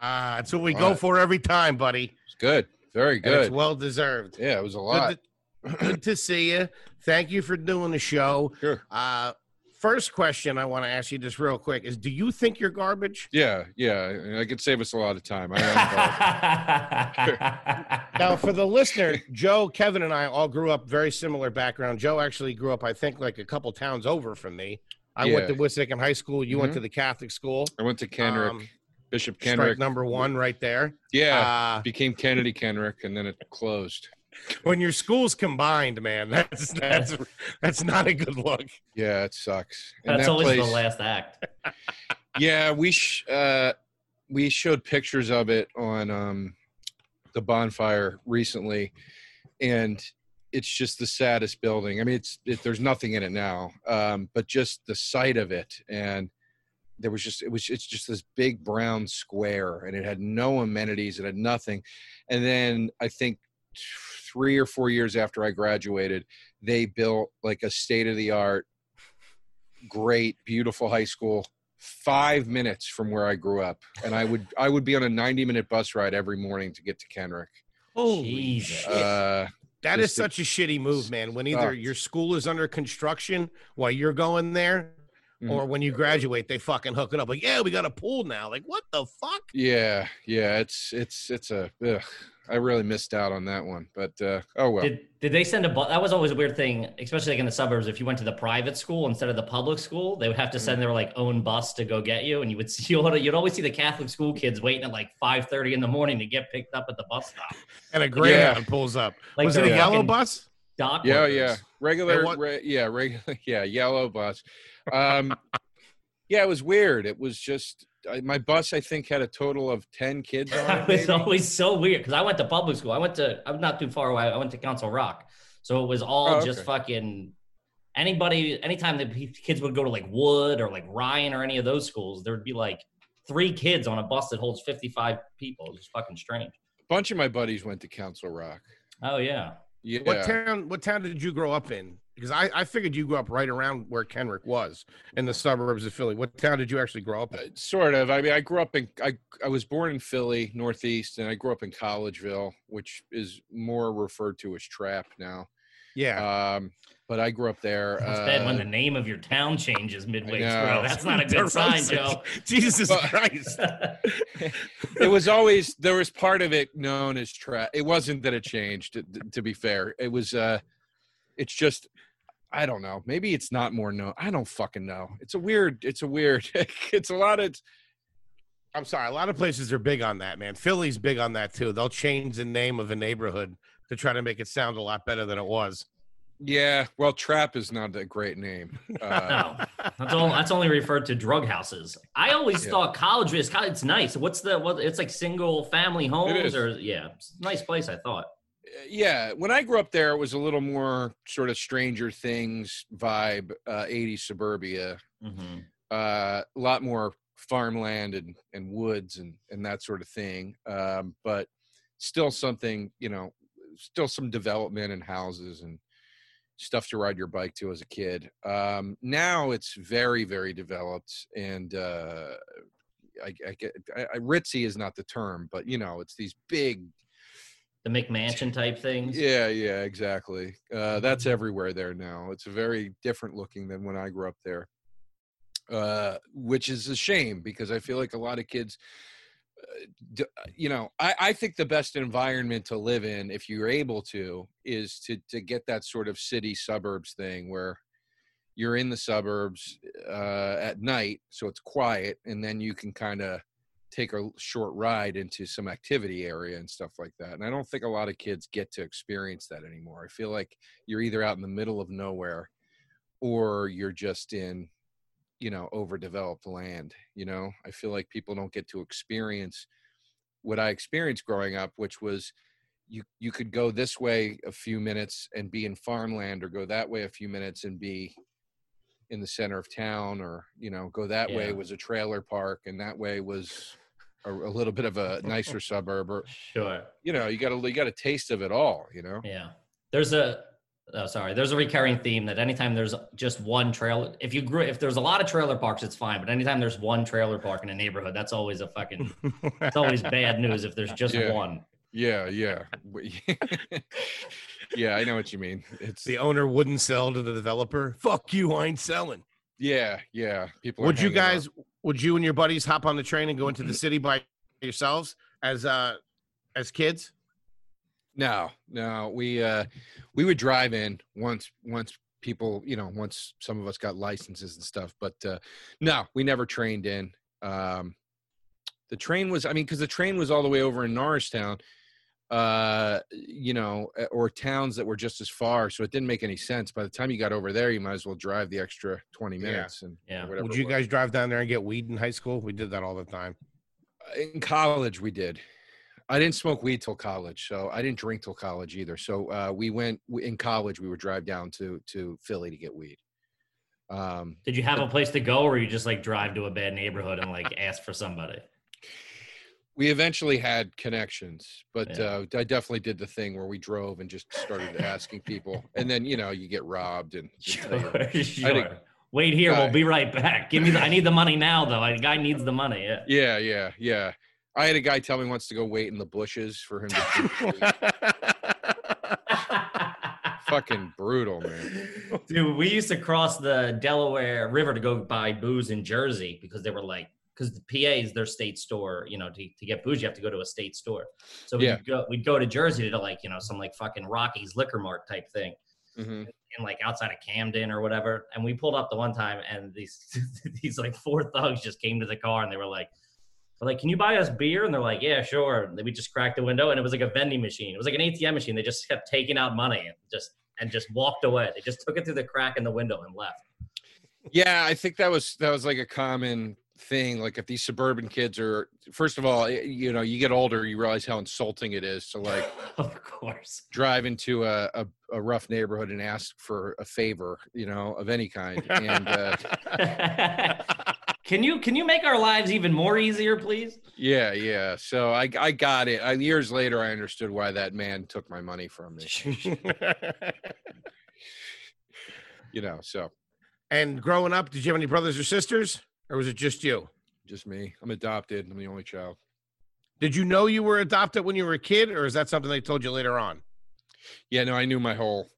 [SPEAKER 2] Ah, that's what we
[SPEAKER 4] All
[SPEAKER 2] go
[SPEAKER 4] right.
[SPEAKER 2] for every time, buddy.
[SPEAKER 4] It's good. Very
[SPEAKER 2] And it's
[SPEAKER 4] good.
[SPEAKER 2] well deserved.
[SPEAKER 4] Yeah, it was a lot.
[SPEAKER 2] Good to, good to see you. Thank you for doing the show.
[SPEAKER 4] Sure.
[SPEAKER 2] Uh, first question I want to ask you just real quick is: Do you think you're garbage?
[SPEAKER 4] Yeah, yeah. and I could save us a lot of time. I am garbage.
[SPEAKER 3] Now,
[SPEAKER 2] Now, for the listener, Joe, Kevin, and I all grew up very similar background. Joe actually grew up, I think, like a couple towns over from me. I went to
[SPEAKER 4] Yeah.
[SPEAKER 2] Wissahickon High School. You went
[SPEAKER 4] Mhm.
[SPEAKER 2] to the Catholic school.
[SPEAKER 4] I went to Kenrick,
[SPEAKER 2] Um,
[SPEAKER 4] Bishop Kenrick.
[SPEAKER 2] strike number one right there.
[SPEAKER 4] Yeah,
[SPEAKER 2] Uh,
[SPEAKER 4] became Kennedy Kenrick, and then it closed.
[SPEAKER 2] when your schools combined, man, that's that's that's not a good look.
[SPEAKER 4] Yeah, it sucks. And
[SPEAKER 3] that's
[SPEAKER 4] that
[SPEAKER 3] always
[SPEAKER 4] place-
[SPEAKER 3] the last act.
[SPEAKER 4] Yeah, we sh- uh, we showed pictures of it on um, the bonfire recently, and it's just the saddest building. I mean, it's it, there's nothing in it now, um, but just the sight of it, and there was just it was it's just this big brown square, and it had no amenities, it had nothing, and then I think t- three or four years after I graduated, they built like a state of the art, great, beautiful high school five minutes from where I grew up, and I would I would be on a ninety minute bus ride every morning to get to Kenrick.
[SPEAKER 3] Jesus.
[SPEAKER 4] Uh,
[SPEAKER 2] That is
[SPEAKER 4] Just a-
[SPEAKER 2] such a shitty move, man. When either
[SPEAKER 4] sucked.
[SPEAKER 2] your school is under construction while you're going there,
[SPEAKER 4] Mhm.
[SPEAKER 2] or when you graduate, they fucking hook it up. Like, yeah, we got a pool now. Like, what the fuck?
[SPEAKER 4] yeah, yeah, it's it's it's a. Ugh, I really missed out on that one, but uh, oh well.
[SPEAKER 3] Did, did they send a bu- that was always a weird thing especially like in the suburbs if you went to the private school instead of the public school they would have to send
[SPEAKER 2] Mm.
[SPEAKER 3] their like own bus to go get you and you would see you'd, you'd always see the catholic school kids waiting at like 5.30 in the morning to get picked up at the bus stop
[SPEAKER 2] And a greyhound pulls up.
[SPEAKER 3] like
[SPEAKER 2] was it a
[SPEAKER 3] they're
[SPEAKER 2] yellow
[SPEAKER 3] fucking
[SPEAKER 2] bus?
[SPEAKER 3] dock
[SPEAKER 4] yeah,
[SPEAKER 3] workers.
[SPEAKER 4] yeah, regular,
[SPEAKER 2] want-
[SPEAKER 4] re- yeah, regular, yeah, yellow bus. Um, yeah, it was weird. It was just I, my bus. I think had a total of ten kids on it.
[SPEAKER 3] That was
[SPEAKER 4] maybe.
[SPEAKER 3] always so weird because I went to public school. I went to I'm not too far away. I went to Council Rock, so it was all
[SPEAKER 4] Oh,
[SPEAKER 3] just
[SPEAKER 4] okay.
[SPEAKER 3] fucking anybody. Anytime the p- kids would go to like Wood or like Ryan or any of those schools, there would be like three kids on a bus that holds 55 people. It was fucking strange.
[SPEAKER 4] A bunch of my buddies went to Council Rock.
[SPEAKER 3] Oh yeah,
[SPEAKER 4] Yeah,
[SPEAKER 2] What town? What town did you grow up in? Because I, I figured you grew up right around where Kenrick was in the suburbs of Philly. What town did you actually grow up in?
[SPEAKER 4] Uh, sort of. I mean, I grew up in I I was born in Philly, Northeast, and I grew up in Collegeville, which is more referred to as Trap now.
[SPEAKER 2] Yeah,
[SPEAKER 4] Um, but I grew up there.
[SPEAKER 3] that's
[SPEAKER 4] uh,
[SPEAKER 3] bad when the name of your town changes midway through.
[SPEAKER 4] know.
[SPEAKER 3] That's not a good sign, Joe.
[SPEAKER 2] Uh, Jesus
[SPEAKER 4] Well-
[SPEAKER 2] Christ!
[SPEAKER 4] Uh, it was always there was part of it known as Trap. It wasn't that it changed. To, to be fair, it was. uh It's just. I don't know. Maybe it's not more known. I don't fucking know. It's a weird. It's a weird. it's a lot of.
[SPEAKER 2] I'm sorry. A lot of places are big on that, man. Philly's big on that too. They'll change the name of a neighborhood to try to make it sound a lot better than it was.
[SPEAKER 4] Yeah. Well, Trap is not a great name. Uh,
[SPEAKER 3] No, that's all. That's only referred to drug houses. I always
[SPEAKER 4] Yeah.
[SPEAKER 3] thought college was co- it's nice. What's the what? It's like single family homes
[SPEAKER 4] is.
[SPEAKER 3] or yeah, it's a nice place. I thought.
[SPEAKER 4] Uh, yeah when i grew up there it was a little more sort of stranger things vibe uh 80s suburbia uh a lot more farmland and and woods and and that sort of thing um but still something you know still some development and houses and stuff to ride your bike to as a kid um now it's very very developed and uh I, I get I, I, ritzy is not the term, but you know it's these big
[SPEAKER 3] The McMansion type things.
[SPEAKER 4] yeah, yeah, exactly. Uh, that's everywhere there now. It's very different looking than when I grew up there, uh, which is a shame because I feel like a lot of kids, uh, d- you know, I, I think the best environment to live in, if you're able to, is to to get that sort of city suburbs thing where you're in the suburbs uh, at night, so it's quiet, and then you can kind of take a l- short ride into some activity area and stuff like that. And I don't think a lot of kids get to experience that anymore. I feel like you're either out in the middle of nowhere or you're just in, you know, overdeveloped land. You know, I feel like people don't get to experience what I experienced growing up, which was you you could go this way a few minutes and be in farmland or go that way a few minutes and be in the center of town or you know go that
[SPEAKER 3] Yeah.
[SPEAKER 4] way was a trailer park and that way was a, a little bit of a nicer suburb or
[SPEAKER 3] Sure.
[SPEAKER 4] you know you got to you got a taste of it all you know
[SPEAKER 3] Yeah. There's a Oh, sorry. There's a recurring theme that anytime there's just one trailer, if you grew, if there's a lot of trailer parks, it's fine. But anytime there's one trailer park in a neighborhood, that's always a fucking, it's always bad news if there's just
[SPEAKER 4] Yeah.
[SPEAKER 3] one.
[SPEAKER 4] Yeah, yeah. W- yeah, I know what you mean. It's
[SPEAKER 2] The owner wouldn't sell to the developer. Fuck you, I ain't selling.
[SPEAKER 4] yeah, yeah. People are
[SPEAKER 2] Would you
[SPEAKER 4] hanging on.
[SPEAKER 2] guys? Would you and your buddies hop on the train and go into the city by yourselves as uh as kids?
[SPEAKER 4] No, no. We uh we would drive in once once people, you know, once some of us got licenses and stuff, but uh no, we never trained in. Um the train was I mean cuz the train was all the way over in Norristown uh you know uh, or towns that were just as far so it didn't make any sense by the time you got over there you might as well drive the extra 20
[SPEAKER 2] Yeah.
[SPEAKER 4] minutes and
[SPEAKER 3] Yeah.
[SPEAKER 4] whatever
[SPEAKER 2] Would
[SPEAKER 4] it
[SPEAKER 2] you
[SPEAKER 4] was.
[SPEAKER 2] guys drive down there and get weed in high school? We did that all the time.
[SPEAKER 4] in college we did i didn't smoke weed till college so i didn't drink till college either so uh, we went we- in college we would drive down to to philly to get weed um,
[SPEAKER 3] Did you have a place to go, or you just like drive to a bad neighborhood and like ask for somebody?
[SPEAKER 4] we eventually had connections but
[SPEAKER 3] Yeah.
[SPEAKER 4] uh, i definitely did the thing where we drove and just started asking people and then you know you get robbed and
[SPEAKER 3] Sure, sure. Wait here.
[SPEAKER 4] Guy.
[SPEAKER 3] We'll be right back. Give me. The, I need the money now, though. The guy needs the money. Yeah.
[SPEAKER 4] yeah yeah yeah i had a guy tell me once to go wait in the bushes for him to fucking brutal man
[SPEAKER 3] Dude, we used to cross the Delaware River to go buy booze in Jersey because they were like, because the PA is their state store. You know, to, to get booze, you have to go to a state store. So we'd
[SPEAKER 4] Yeah.
[SPEAKER 3] go, we'd go to Jersey to like, you know, some like fucking Rockies liquor mart type thing,
[SPEAKER 4] Mhm.
[SPEAKER 3] and like outside of Camden or whatever. And we pulled up the one time, and these these like four thugs just came to the car, and they were like. We're like, can you buy us beer? And they're like, yeah, sure. And then we just cracked the window, and it was like a vending machine. It was like an ATM machine. They just kept taking out money and just and just walked away. They just took it through the crack in the window and left.
[SPEAKER 4] yeah i think that was that was like a common thing like if these suburban kids are first of all y- you know you get older you realize how insulting it is to like
[SPEAKER 3] of course.
[SPEAKER 4] drive into a, a, a rough neighborhood and ask for a favor you know of any kind and uh,
[SPEAKER 3] can you can you make our lives even more easier, please?
[SPEAKER 4] yeah yeah so i i got it I, years later i understood why that man took my money from me you know so
[SPEAKER 2] and growing up, did you have any brothers or sisters, or was it just you?
[SPEAKER 4] just me i'm adopted i'm the only child
[SPEAKER 2] Did you know you were adopted when you were a kid, or is that something they told you later on?
[SPEAKER 4] yeah no i knew my whole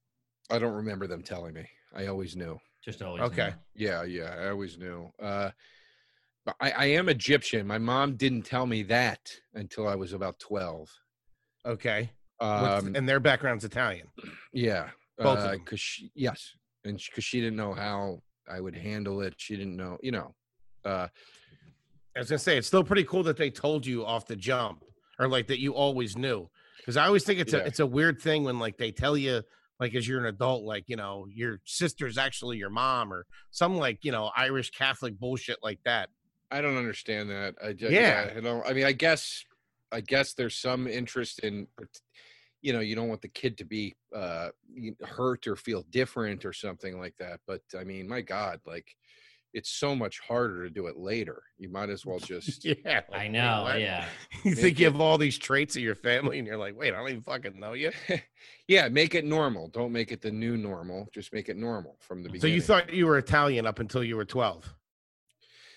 [SPEAKER 4] i don't remember them telling me i always knew
[SPEAKER 3] Just always.
[SPEAKER 2] Okay.
[SPEAKER 3] know.
[SPEAKER 4] Yeah, yeah, I always knew. Uh, but I, I am Egyptian. My mom didn't tell me that until I was about twelve.
[SPEAKER 2] Okay. What's-
[SPEAKER 4] Um,
[SPEAKER 2] and their background's Italian.
[SPEAKER 4] yeah,
[SPEAKER 2] both of
[SPEAKER 4] uh,
[SPEAKER 2] them.
[SPEAKER 4] 'cause she, yes, and because she didn't know how I would handle it, she didn't know, you know. Uh,
[SPEAKER 2] I was gonna say it's still pretty cool that they told you off the jump, or like that you always knew. Because I always think it's
[SPEAKER 4] Yeah.
[SPEAKER 2] a it's a weird thing when like they tell you like as you're an adult, like you know your sister's actually your mom, or some like you know Irish Catholic bullshit like that.
[SPEAKER 4] I don't understand that. I just,
[SPEAKER 2] Yeah.
[SPEAKER 4] I don't. I mean, I guess, I guess there's some interest in, prot- you know, you don't want the kid to be uh, y- hurt or feel different or something like that. But I mean, my God, like, it's so much harder to do it later. You might as well just.
[SPEAKER 2] Yeah, like,
[SPEAKER 3] I
[SPEAKER 2] wait,
[SPEAKER 3] know.
[SPEAKER 2] what?
[SPEAKER 3] Yeah.
[SPEAKER 2] You
[SPEAKER 4] Yeah.
[SPEAKER 2] think you have all these traits of your family, and you're like, wait, I don't even fucking know you.
[SPEAKER 4] yeah, make it normal. Don't make it the new normal. Just make it normal from the beginning.
[SPEAKER 2] So you thought you were Italian up until you were 12.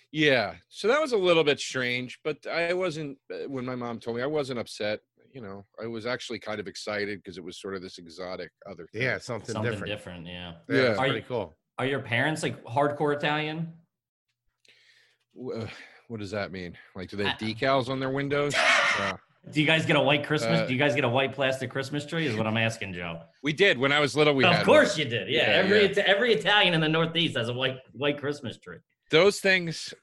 [SPEAKER 4] Yeah. So that was a little bit strange, but I wasn't, uh, when my mom told me, I wasn't upset. You know, I was actually kind of excited because it was sort of this exotic other thing.
[SPEAKER 2] Yeah, something,
[SPEAKER 3] Something different.
[SPEAKER 2] different.
[SPEAKER 3] Yeah.
[SPEAKER 2] Yeah, it's
[SPEAKER 4] Yeah.
[SPEAKER 3] Are you-
[SPEAKER 2] pretty cool.
[SPEAKER 3] Are your parents like hardcore Italian?
[SPEAKER 4] W- uh, What does that mean? Like, do they
[SPEAKER 3] I-
[SPEAKER 4] have decals on their windows? Uh,
[SPEAKER 3] Do you guys get a white Christmas?
[SPEAKER 4] Uh,
[SPEAKER 3] do you guys get a white plastic Christmas tree? Is what I'm asking, Joe.
[SPEAKER 4] we did when I was little. We had
[SPEAKER 3] of
[SPEAKER 4] one.
[SPEAKER 3] course you did. Yeah.
[SPEAKER 4] Yeah,
[SPEAKER 3] every
[SPEAKER 4] yeah.
[SPEAKER 3] Ita- every Italian in the Northeast has a white white Christmas tree.
[SPEAKER 4] those things.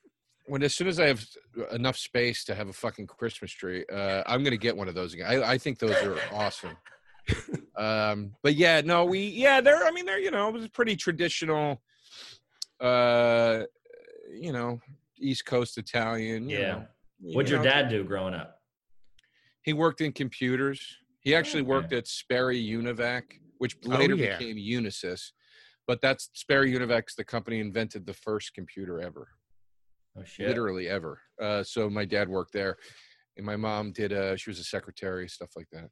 [SPEAKER 4] When as soon as I have enough space to have a fucking Christmas tree, uh, I'm gonna get one of those again. I, I think those are awesome. Um, but yeah, no, we yeah, they're. I mean, they're you know, it was pretty traditional. Uh, you know, East Coast Italian. you
[SPEAKER 3] Yeah.
[SPEAKER 4] know. You
[SPEAKER 3] What'd your
[SPEAKER 4] know,
[SPEAKER 3] dad do growing up?
[SPEAKER 4] He worked in computers. He actually
[SPEAKER 3] Okay.
[SPEAKER 4] worked at Sperry Univac, which
[SPEAKER 2] Oh,
[SPEAKER 4] later
[SPEAKER 2] yeah.
[SPEAKER 4] became Unisys. But that's Sperry Univac's the company invented the first computer ever,
[SPEAKER 3] Oh shit.
[SPEAKER 4] literally ever. Uh, so my dad worked there, and my mom did. Uh, she was a secretary, stuff like that.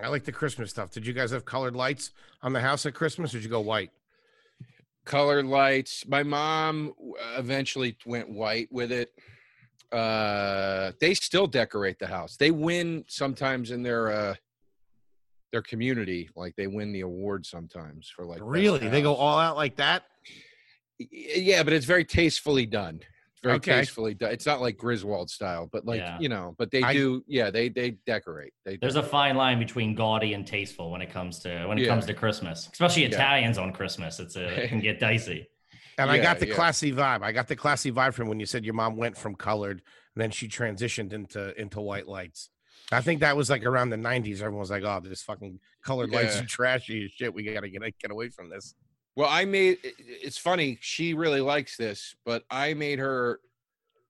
[SPEAKER 2] I like the Christmas stuff. Did you guys have colored lights on the house at Christmas? Or did you go white?
[SPEAKER 4] color lights. My mom uh, eventually went white with it. Uh, they still decorate the house. They win sometimes in their uh, their community. Like they win the award sometimes for like best
[SPEAKER 2] really? They go
[SPEAKER 4] house.
[SPEAKER 2] all out like that?
[SPEAKER 4] Y- Yeah, but it's very tastefully done. It's very
[SPEAKER 2] Okay.
[SPEAKER 4] tastefully done. It's not like Griswold style, but like
[SPEAKER 5] Yeah.
[SPEAKER 4] you know. But they
[SPEAKER 2] I-
[SPEAKER 4] do. Yeah, they they decorate. They
[SPEAKER 5] There's a fine line between gaudy and tasteful when it comes to when it
[SPEAKER 4] Yeah.
[SPEAKER 5] comes to Christmas, especially
[SPEAKER 4] Yeah.
[SPEAKER 5] Italians on Christmas. It's
[SPEAKER 3] uh,
[SPEAKER 5] a, it can get dicey.
[SPEAKER 2] And I
[SPEAKER 4] Yeah,
[SPEAKER 2] got the
[SPEAKER 4] yeah.
[SPEAKER 2] classy vibe. I got the classy vibe from when you said your mom went from colored and then she transitioned into into white lights. I think that was like around the '90s. Everyone was like, "Oh, this fucking colored lights
[SPEAKER 4] Yeah.
[SPEAKER 2] are trashy as shit. We gotta get get away from this."
[SPEAKER 4] Well, I made it- it's funny. She really likes this, but I made her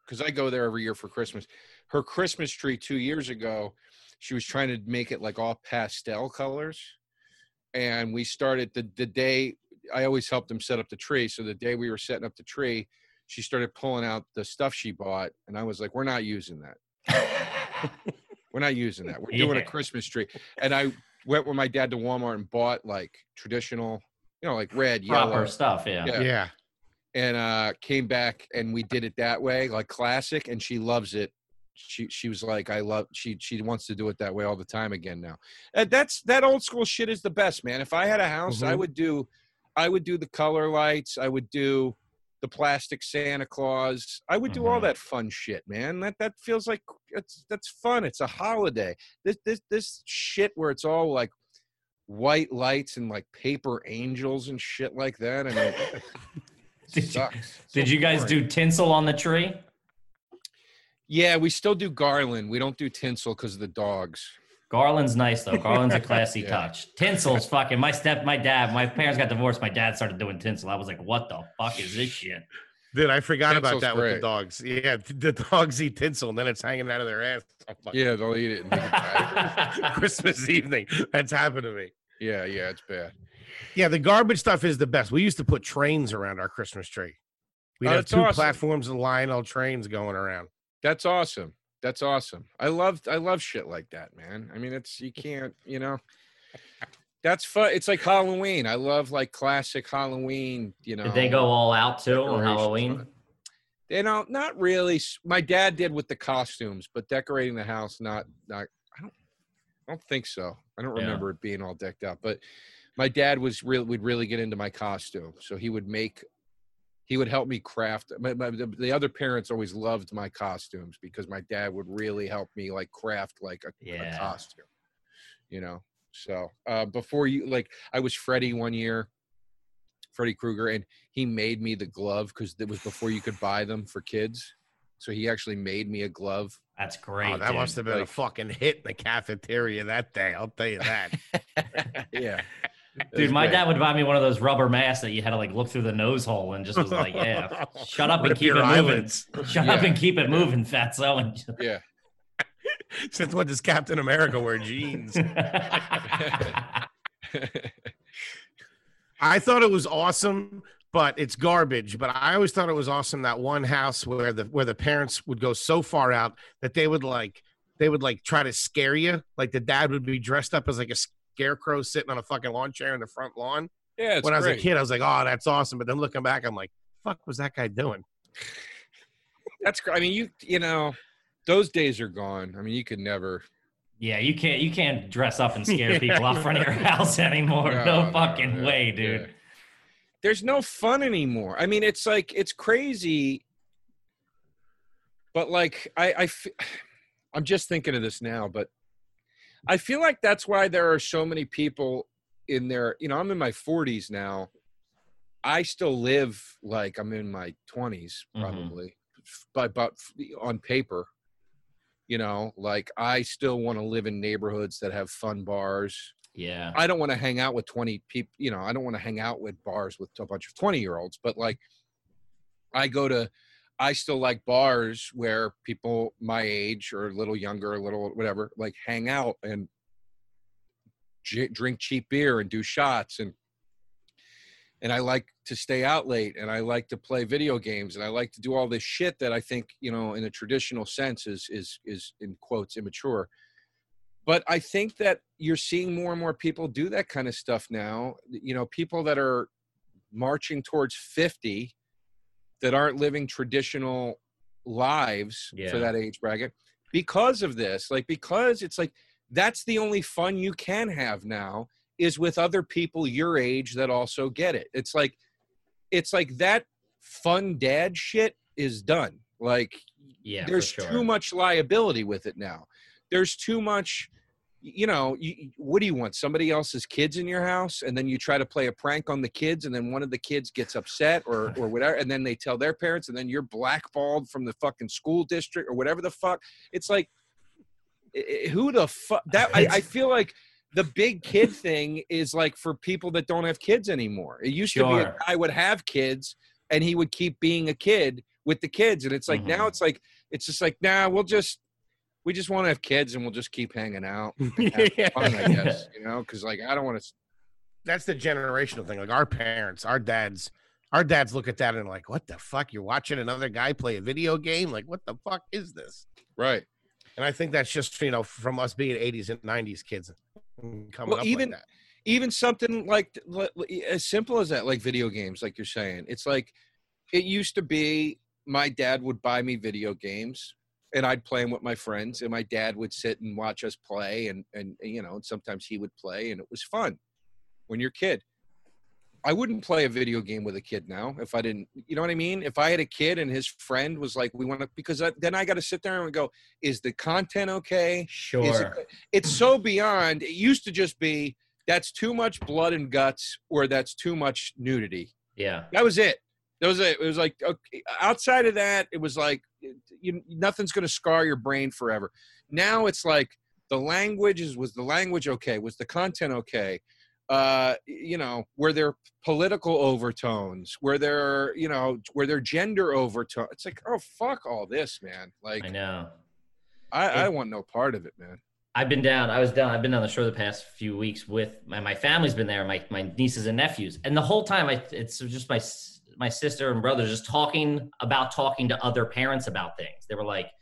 [SPEAKER 4] because I go there every year for Christmas. Her Christmas tree two years ago, she was trying to make it like all pastel colors, and we started the the day. I always helped them set up the tree, so the day we were setting up the tree, she started pulling out the stuff she bought, and I was like, "We're not using that. We're not using that. We're doing a
[SPEAKER 5] Yeah.
[SPEAKER 4] Christmas tree." And I went with my dad to Walmart and bought like traditional, you know, like red, yellow,
[SPEAKER 5] Proper stuff, yeah.
[SPEAKER 4] Yeah.
[SPEAKER 2] yeah.
[SPEAKER 4] and uh came back and we did it that way like classic and she loves it she she was like i love she she wants to do it that way all the time again now and that's that old school shit is the best man if i had a house i
[SPEAKER 2] Mhm.
[SPEAKER 4] would do i would do the color lights i would do the plastic santa claus i would do all
[SPEAKER 5] Mhm.
[SPEAKER 4] that fun shit man that that feels like it's that's fun it's a holiday this this this shit where it's all like white lights and like paper angels and shit like that i mean
[SPEAKER 5] Did you-
[SPEAKER 4] sucks.
[SPEAKER 5] Did you guys do tinsel on the tree?
[SPEAKER 4] Yeah, we still do garland. We don't do tinsel because of the dogs.
[SPEAKER 5] Garland's nice though. Garland's a classy
[SPEAKER 4] Yeah.
[SPEAKER 5] touch. Tinsel's fucking my step, my dad, my parents got divorced. My dad started doing tinsel. I was like, what the fuck is this shit?
[SPEAKER 2] Dude, I forgot about
[SPEAKER 4] Tinsel's
[SPEAKER 2] that with the
[SPEAKER 4] great.
[SPEAKER 2] dogs. Yeah, th- the dogs eat tinsel and then it's hanging out of their ass. all fucking
[SPEAKER 4] Yeah, they'll eat it. and they can die.
[SPEAKER 2] Christmas evening. That's happened to me.
[SPEAKER 4] yeah, yeah, it's bad.
[SPEAKER 2] Yeah, the garbage stuff is the best. We used to put trains around our Christmas tree. We'd
[SPEAKER 4] Oh,
[SPEAKER 2] have
[SPEAKER 4] that's
[SPEAKER 2] two
[SPEAKER 4] awesome.
[SPEAKER 2] platforms of Lionel trains going around. Oh,
[SPEAKER 4] That's awesome. That's awesome. I love I love shit like that, man. I mean, it's you can't, you know. That's fun. It's like Halloween. I love like classic Halloween. You know,
[SPEAKER 5] Did they go all out too on
[SPEAKER 4] Decorations,
[SPEAKER 5] Halloween?
[SPEAKER 4] but- You know, not really. S- My dad did with the costumes, but decorating the house, not not. I don't. I don't think so. I don't
[SPEAKER 5] Yeah.
[SPEAKER 4] remember it being all decked out. But my dad was real. Would really get into my costume, so he would make. He would help me craft. My, my, the, the other parents always loved my costumes because my dad would really help me like craft like a, a
[SPEAKER 5] Yeah.
[SPEAKER 4] costume. You know, so uh, before you like, I was Freddy one year. Freddy Krueger, and he made me the glove because it was before you could buy them for kids. So he actually made me a glove.
[SPEAKER 5] That's great.
[SPEAKER 2] Oh, that
[SPEAKER 5] dude.
[SPEAKER 2] must have been a
[SPEAKER 4] Like-
[SPEAKER 2] fucking hit in the cafeteria that day. I'll tell you that.
[SPEAKER 4] Yeah, It was
[SPEAKER 5] Dude, my
[SPEAKER 4] great.
[SPEAKER 5] dad would buy me one of those rubber masks that you had to like look through the nose hole and just was like, yeah, shut up and
[SPEAKER 2] Rip
[SPEAKER 5] keep it
[SPEAKER 2] your
[SPEAKER 5] moving.
[SPEAKER 2] eyelids.
[SPEAKER 5] Shut up
[SPEAKER 4] Yeah.
[SPEAKER 5] and keep it moving, fatso. And just-
[SPEAKER 4] Yeah,
[SPEAKER 2] Since when does Captain America wear jeans? I thought it was awesome, but it's garbage. But I always thought it was awesome that one house where the where the parents would go so far out that they would like they would like try to scare you. Like the dad would be dressed up as like a scarecrow sitting on a fucking lawn chair in the front lawn.
[SPEAKER 4] yeah. It's
[SPEAKER 2] when I was a
[SPEAKER 4] great.
[SPEAKER 2] kid, I was like, "Oh, that's awesome!" But then looking back, I'm like, "Fuck, was that guy doing?"
[SPEAKER 4] that's. gr- I mean, you you know, those days are gone. I mean, you could never.
[SPEAKER 5] yeah, you can't you can't dress up and scare people out front of your house anymore.
[SPEAKER 4] No,
[SPEAKER 5] No,
[SPEAKER 4] no,
[SPEAKER 5] fucking
[SPEAKER 4] yeah,
[SPEAKER 5] way, dude.
[SPEAKER 4] yeah. There's no fun anymore. I mean, it's like it's crazy. But like, I I f- I'm just thinking of this now, but I feel like that's why there are so many people in their. You know, I'm in my 40s now. I still live like I'm in my 20s,
[SPEAKER 5] Mhm.
[SPEAKER 4] probably, by but on paper. You know, like I still want to live in neighborhoods that have fun bars.
[SPEAKER 5] Yeah.
[SPEAKER 4] I don't want to hang out with 20 people, you know, I don't want to hang out with bars with a bunch of 20 year olds, but like I go to, I still like bars where people my age or a little younger, a little whatever, like hang out and j- drink cheap beer and do shots and, and I like to stay out late and I like to play video games and I like to do all this shit that I think, you know, in a traditional sense is, is, is in quotes immature but i think that you're seeing more and more people do that kind of stuff now you know people that are marching towards 50 that aren't living traditional lives
[SPEAKER 3] Yeah.
[SPEAKER 4] for that age bracket because of this like because it's like that's the only fun you can have now is with other people your age that also get it it's like it's like that fun dad shit is done like
[SPEAKER 3] Yeah,
[SPEAKER 4] there's
[SPEAKER 3] for sure.
[SPEAKER 4] too much liability with it now. There's too much, you know. You, what do you want? Somebody else's kids in your house, and then you try to play a prank on the kids, and then one of the kids gets upset or or whatever, and then they tell their parents, and then you're blackballed from the fucking school district or whatever the fuck. It's like, i- i- who the fuck? That I, I feel like. The big kid thing is like for people that don't have kids anymore. It used to be
[SPEAKER 3] Sure.
[SPEAKER 4] a guy would have kids and he would keep being a kid with the kids. And it's like now
[SPEAKER 6] Mhm.
[SPEAKER 4] it's like it's just like nah, we'll just we just want to have kids and we'll just keep hanging out. Fun, I guess you know because like I don't want to.
[SPEAKER 2] that's the generational thing. Like our parents, our dads, our dads look at that and like, what the fuck? You're watching another guy play a video game? Like, what the fuck is this?
[SPEAKER 4] Right.
[SPEAKER 2] And I think that's just you know from us being 80s and 90s kids and coming
[SPEAKER 4] Well,
[SPEAKER 2] up
[SPEAKER 4] even-
[SPEAKER 2] like that.
[SPEAKER 4] Even something like li- li- e, as simple as that, like video games, like you're saying, it's like it used to be. My dad would buy me video games, and I'd play them with my friends, and my dad would sit and watch us play, and and you know, and sometimes he would play, and it was fun. when you're a kid. I wouldn't play a video game with a kid now if I didn't, you know what I mean? If I had a kid and his friend was like, we want to, because I, then I got to sit there and go, is the content okay? Is
[SPEAKER 3] Sure.
[SPEAKER 4] it- it's so beyond. It used to just be that's too much blood and guts or that's too much nudity.
[SPEAKER 3] Yeah.
[SPEAKER 4] That was it. That was it. It was like okay, outside of that, it was like you, nothing's going to scar your brain forever. Now it's like the language is was the language okay? Was the content okay? Uh, you know, were there political overtones? Were there you know were there gender overtones? It's like oh fuck all this, man. Like
[SPEAKER 3] I know.
[SPEAKER 4] I, I
[SPEAKER 3] it-
[SPEAKER 4] want no part of it, man.
[SPEAKER 3] I've been down. I was down. I've been down the shore the past few weeks with my, my family's been there. My my nieces and nephews, and the whole time, I it's just my s- my sister and brother just talking about talking to other parents about things. They were like,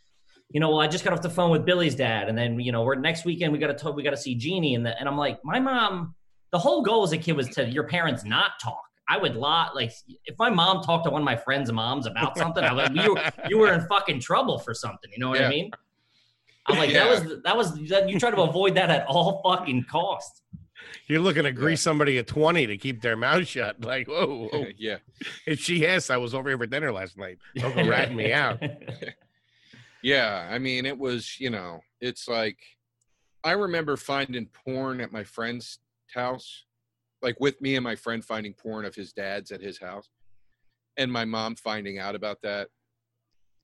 [SPEAKER 3] you know, well, I just got off the phone with Billy's dad, and then you know, we're next weekend. We got to talk. We got to see Jeannie, and the, and I'm like, my mom. The whole goal as a kid was to your parents not talk. I would lot like if my mom talked to one of my friends' moms about something, I would you were- you were in fucking trouble for something. You know what
[SPEAKER 4] Yeah.
[SPEAKER 3] I mean? I'm like,
[SPEAKER 4] Yeah.
[SPEAKER 3] that was that was that, you try to avoid that at all fucking cost.
[SPEAKER 2] You're looking to grease
[SPEAKER 4] Yeah.
[SPEAKER 2] somebody at 20 to keep their mouth shut. Like, whoa,
[SPEAKER 3] Oh.
[SPEAKER 2] whoa.
[SPEAKER 4] yeah.
[SPEAKER 2] if she asked, I was over here for dinner last night. Don't go ratting me out.
[SPEAKER 4] Yeah, I mean, it was, you know, it's like I remember finding porn at my friend's house, like with me and my friend finding porn of his dad's at his house, and my mom finding out about that.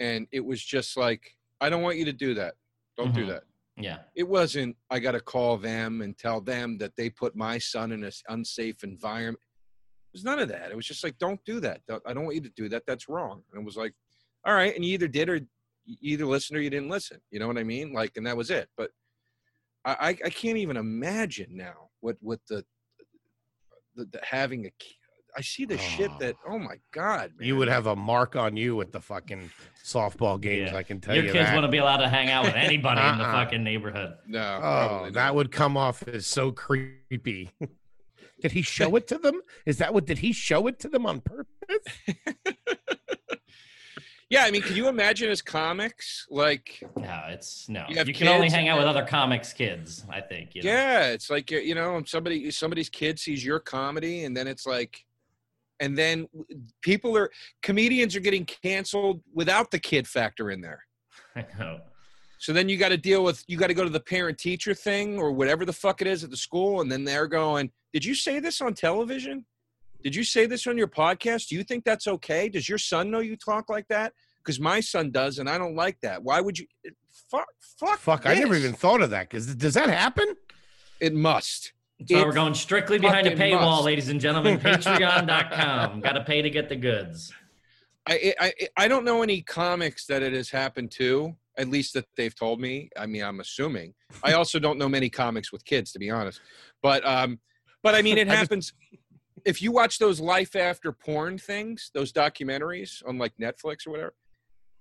[SPEAKER 4] And it was just like, I don't want you to do that. Don't do
[SPEAKER 3] Mhm.
[SPEAKER 4] that.
[SPEAKER 3] yeah.
[SPEAKER 4] It wasn't, I got to call them and tell them that they put my son in an unsafe environment. It was none of that. It was just like, don't do that. Don't- I don't want you to do that. That's wrong. And it was like, all right. And you either did or you either listened or you didn't listen. You know what I mean? Like, and that was it. But I, I, I can't even imagine now what, what the, the, the having a, ki- I see the shit
[SPEAKER 7] Oh.
[SPEAKER 4] that, oh my God, man.
[SPEAKER 2] You would have a mark on you at the fucking softball games.
[SPEAKER 3] Yeah.
[SPEAKER 2] I can tell
[SPEAKER 3] Your
[SPEAKER 2] you
[SPEAKER 3] kids
[SPEAKER 2] that.
[SPEAKER 3] want to be allowed to hang out with anybody in the
[SPEAKER 2] Uh-uh.
[SPEAKER 3] fucking neighborhood.
[SPEAKER 4] No,
[SPEAKER 2] Oh,
[SPEAKER 4] probably
[SPEAKER 2] that
[SPEAKER 4] not.
[SPEAKER 2] would come off as so creepy. did he show it to them? Is that what? Did he show it to them on purpose?
[SPEAKER 4] yeah. I mean, can you imagine as comics, like,
[SPEAKER 3] No, it's no. You,
[SPEAKER 4] You have
[SPEAKER 3] can only
[SPEAKER 4] kids
[SPEAKER 3] hang
[SPEAKER 4] and
[SPEAKER 3] out with other comics kids, I think. You know?
[SPEAKER 4] Yeah, it's like you you know, somebody somebody's kid sees your comedy, and then it's like, and then people are comedians are getting canceled without the kid factor in there.
[SPEAKER 3] I know.
[SPEAKER 4] So then you got to deal with you got to go to the parent teacher thing or whatever the fuck it is at the school, and then they're going, "Did you say this on television? Did you say this on your podcast? Do you think that's okay? Does your son know you talk like that? Because my son does, and I don't like that. Why would you? Fuck, fuck,
[SPEAKER 2] Fuck! I never
[SPEAKER 4] this.
[SPEAKER 2] even thought of that. Because does that happen?
[SPEAKER 4] It must.
[SPEAKER 3] So
[SPEAKER 4] It's
[SPEAKER 3] we're going strictly behind a
[SPEAKER 4] fucking
[SPEAKER 3] paywall,
[SPEAKER 4] must.
[SPEAKER 3] ladies and gentlemen. Patreon.com. Got to pay to get the goods.
[SPEAKER 4] I, I I- I don't know any comics that it has happened to. At least that they've told me. I mean, I'm assuming. I also don't know many comics with kids, to be honest. But um, but I mean, it
[SPEAKER 2] I just-
[SPEAKER 4] happens. if you watch those life after porn things, those documentaries on like Netflix or whatever,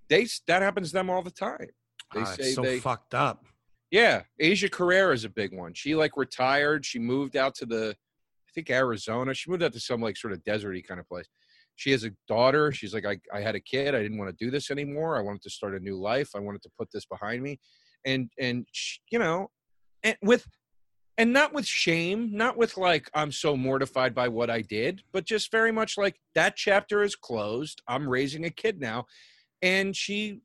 [SPEAKER 4] they s- that happens to them all the time. They
[SPEAKER 2] Ah, it's
[SPEAKER 4] say
[SPEAKER 2] so
[SPEAKER 4] they
[SPEAKER 2] fucked up.
[SPEAKER 4] Yeah, Asia Carrera is a big one. She like retired. She moved out to the, I think Arizona. She moved out to some like sort of deserty kind of place. She has a daughter. She's like, I, I had a kid. I didn't want to do this anymore. I wanted to start a new life. I wanted to put this behind me, and and sh you know, and with, and not with shame, not with like I'm so mortified by what I did, but just very much like that chapter is closed. I'm raising a kid now, and she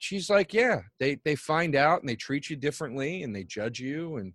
[SPEAKER 4] she's like, yeah, they they find out and they treat you differently and they judge you and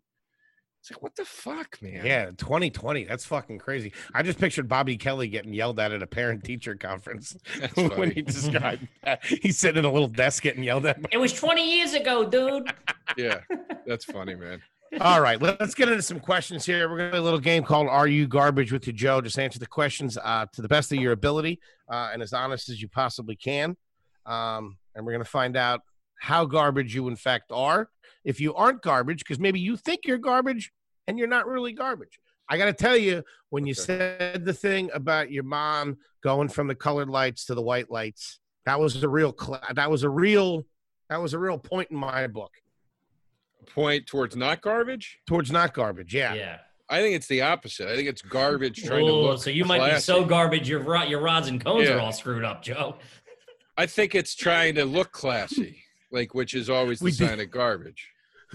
[SPEAKER 4] it's like, what the fuck, man?
[SPEAKER 2] Yeah, 2020. That's fucking crazy. I just pictured Bobby Kelly getting yelled at at a parent teacher conference
[SPEAKER 4] That's
[SPEAKER 2] when
[SPEAKER 4] funny.
[SPEAKER 2] he described that. He's sitting in a little desk getting yelled at.
[SPEAKER 3] It was 20 years ago, dude.
[SPEAKER 4] yeah, that's funny, man.
[SPEAKER 2] All right, let- let's get into some questions here. We're going to play a little game called Are You Garbage with your Joe? Just answer the questions uh, to the best of your ability uh, and as honest as you possibly can. Um, and we're going to find out how garbage you, in fact, are. If you aren't garbage, because maybe you think you're garbage and you're not really garbage. I got to tell you, when you
[SPEAKER 4] Okay.
[SPEAKER 2] said the thing about your mom going from the colored lights to the white lights, that was a real, cla that was a real, that was a real point in my book
[SPEAKER 4] Point towards not garbage.
[SPEAKER 2] towards not garbage. Yeah.
[SPEAKER 3] Yeah.
[SPEAKER 4] I think it's the opposite. I think it's garbage trying to
[SPEAKER 3] Oh,
[SPEAKER 4] look.
[SPEAKER 3] so you might be
[SPEAKER 4] classy.
[SPEAKER 3] so garbage your ro- your rods and cones
[SPEAKER 4] Yeah.
[SPEAKER 3] are all screwed up, Joe.
[SPEAKER 4] I think it's trying to look classy, like which is always the
[SPEAKER 2] We did-
[SPEAKER 4] sign of garbage.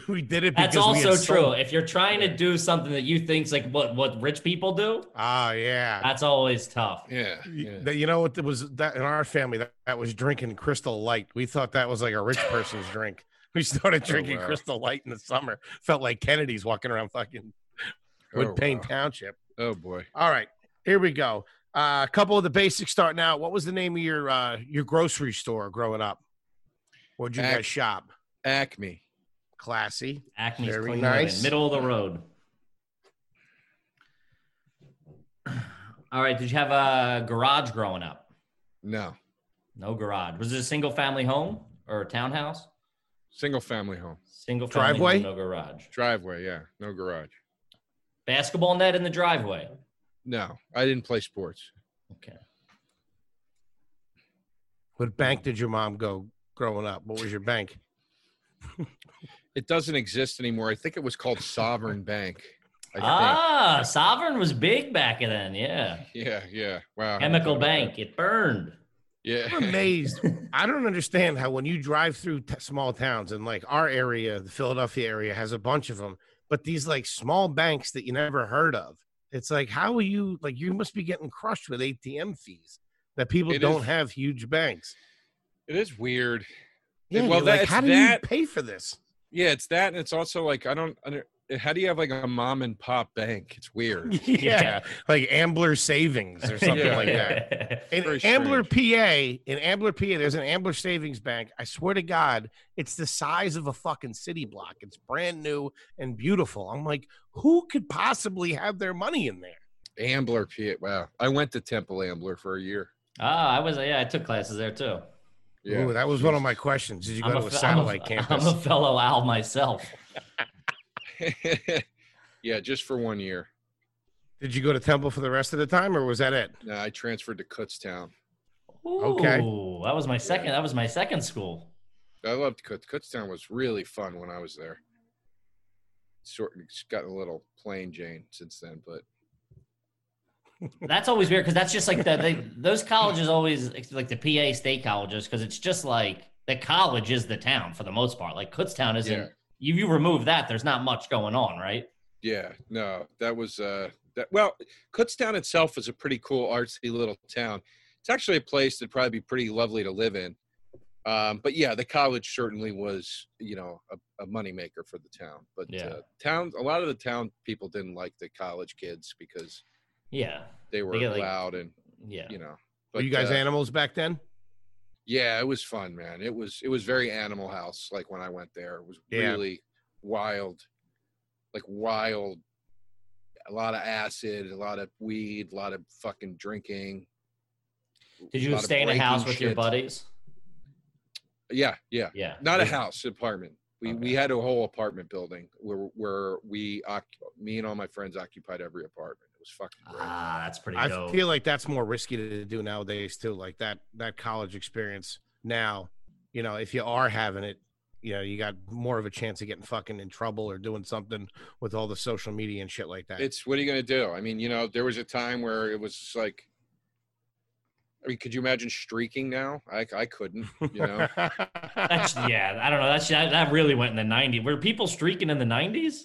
[SPEAKER 2] We did it.
[SPEAKER 3] That's
[SPEAKER 2] because we
[SPEAKER 3] also
[SPEAKER 2] had so-
[SPEAKER 3] true. If you're trying to do something that you think's like what what rich people do,
[SPEAKER 2] Ah, yeah.
[SPEAKER 3] that's always tough.
[SPEAKER 4] Yeah,
[SPEAKER 2] Y-
[SPEAKER 4] yeah.
[SPEAKER 2] that- You know what? That was that in our family. That, that was drinking Crystal Light. We thought that was like a rich person's drink. We started drinking
[SPEAKER 4] Oh, wow.
[SPEAKER 2] Crystal Light in the summer. Felt like Kennedy's walking around fucking
[SPEAKER 4] Oh,
[SPEAKER 2] Woodpain
[SPEAKER 4] wow.
[SPEAKER 2] Township.
[SPEAKER 4] Oh boy.
[SPEAKER 2] All right, here we go. Uh, a couple of the basics starting out. What was the name of your uh, your grocery store growing up? Where'd you
[SPEAKER 4] Ac-
[SPEAKER 2] guys shop?
[SPEAKER 4] Acme.
[SPEAKER 2] Classy.
[SPEAKER 3] Acme's
[SPEAKER 2] Very
[SPEAKER 3] clean
[SPEAKER 2] nice.
[SPEAKER 3] living, middle of the road. All right. Did you have a garage growing up?
[SPEAKER 4] No,
[SPEAKER 3] No garage. Was it a single family home or a townhouse?
[SPEAKER 4] single family home.
[SPEAKER 3] Single family home,
[SPEAKER 2] Driveway?
[SPEAKER 3] no garage.
[SPEAKER 4] Driveway. Yeah, no garage.
[SPEAKER 3] Basketball net in the driveway.
[SPEAKER 4] No, I didn't play sports.
[SPEAKER 3] Okay.
[SPEAKER 2] What bank did your mom go growing up? What was your bank?
[SPEAKER 4] It doesn't exist anymore. I think it was called Sovereign Bank. I
[SPEAKER 3] Ah, Sovereign was big back then. Yeah.
[SPEAKER 4] think. Yeah, yeah. Wow.
[SPEAKER 3] Chemical bank. It burned.
[SPEAKER 2] I'm
[SPEAKER 4] Yeah.
[SPEAKER 2] amazed. I don't understand how when you drive through t- small towns and like our area, the Philadelphia area has a bunch of them, but these like small banks that you never heard of. It's like how are you like you must be getting crushed with ATM fees that people
[SPEAKER 4] It
[SPEAKER 2] don't
[SPEAKER 4] is-
[SPEAKER 2] have huge banks.
[SPEAKER 4] It is weird.
[SPEAKER 2] Yeah,
[SPEAKER 4] well,
[SPEAKER 2] well, like,
[SPEAKER 4] that's
[SPEAKER 2] how do
[SPEAKER 4] that-
[SPEAKER 2] you pay for this?
[SPEAKER 4] Yeah, it's that, and it's also like I don't. under- How do you have like a mom and pop bank? It's weird.
[SPEAKER 2] yeah. like Ambler Savings or something
[SPEAKER 4] Yeah.
[SPEAKER 2] like that. In
[SPEAKER 4] Very
[SPEAKER 2] Ambler, PA, in Ambler, PA, there's an Ambler Savings Bank. I swear to God, it's the size of a fucking city block. It's brand new and beautiful. I'm like, who could possibly have their money in there?
[SPEAKER 4] Ambler, P. Wow. I went to Temple Ambler for a year.
[SPEAKER 3] Ah, I was. Yeah, I took classes there too.
[SPEAKER 4] Yeah.
[SPEAKER 2] Ooh, that was one of my questions. Did you go to a
[SPEAKER 3] fe-
[SPEAKER 2] satellite
[SPEAKER 3] I'm a-
[SPEAKER 2] campus?
[SPEAKER 3] I'm a fellow owl myself.
[SPEAKER 4] yeah, just for one year.
[SPEAKER 2] Did you go to Temple for the rest of the time, or was that it?
[SPEAKER 4] No, I transferred to Kutztown.
[SPEAKER 2] Okay.
[SPEAKER 3] Ooh, That was my second. That was my second school.
[SPEAKER 4] I loved Kutz. Kutztown was really fun when I was there. Sort it's gotten a little plain Jane since then, but
[SPEAKER 3] That's always weird because that's just like the they, those colleges always it's like the PA state colleges because it's just like the college is the town for the most part. Like Kutztown isn't.
[SPEAKER 4] Yeah.
[SPEAKER 3] You you remove that, there's not much going on, right?
[SPEAKER 4] Yeah, no, that was uh that well, Kutztown itself is a pretty cool artsy little town. It's actually a place that'd probably be pretty lovely to live in. Um, but yeah, the college certainly was, you know, a, a moneymaker for the town. But
[SPEAKER 3] Yeah.
[SPEAKER 4] uh, town, a lot of the town people didn't like the college kids because
[SPEAKER 3] Yeah.
[SPEAKER 4] they were
[SPEAKER 3] get, like,
[SPEAKER 4] loud and
[SPEAKER 3] Yeah.
[SPEAKER 4] you know.
[SPEAKER 2] Were you guys
[SPEAKER 4] uh,
[SPEAKER 2] animals back then?
[SPEAKER 4] yeah, it was fun, man. It was it was very Animal House. Like when I went there, it was
[SPEAKER 2] Yeah.
[SPEAKER 4] really wild, like wild. A lot of acid, a lot of weed, a lot of fucking drinking.
[SPEAKER 3] Did you
[SPEAKER 4] lot of
[SPEAKER 3] stay in a
[SPEAKER 4] breaking
[SPEAKER 3] house with your
[SPEAKER 4] shit.
[SPEAKER 3] buddies?
[SPEAKER 4] Yeah, yeah.
[SPEAKER 3] Yeah.
[SPEAKER 4] Not a
[SPEAKER 3] Yeah.
[SPEAKER 4] house apartment. We we
[SPEAKER 3] Okay.
[SPEAKER 4] had a whole apartment building where where we occu- me and all my friends occupied every apartment. It was fucking great.
[SPEAKER 3] Ah, that's pretty
[SPEAKER 2] I
[SPEAKER 3] dope.
[SPEAKER 2] feel like that's more risky to do nowadays too. Like that that college experience now, you know, if you are having it, you know, you got more of a chance of getting fucking in trouble or doing something with all the social media and shit like that.
[SPEAKER 4] It's what are you going to do? I mean, you know, there was a time where it was just like, I mean, could you imagine streaking now? I, I couldn't, you know.
[SPEAKER 3] That's yeah. I don't know. That's that, that really went in the '90s. Were people streaking in the '90s?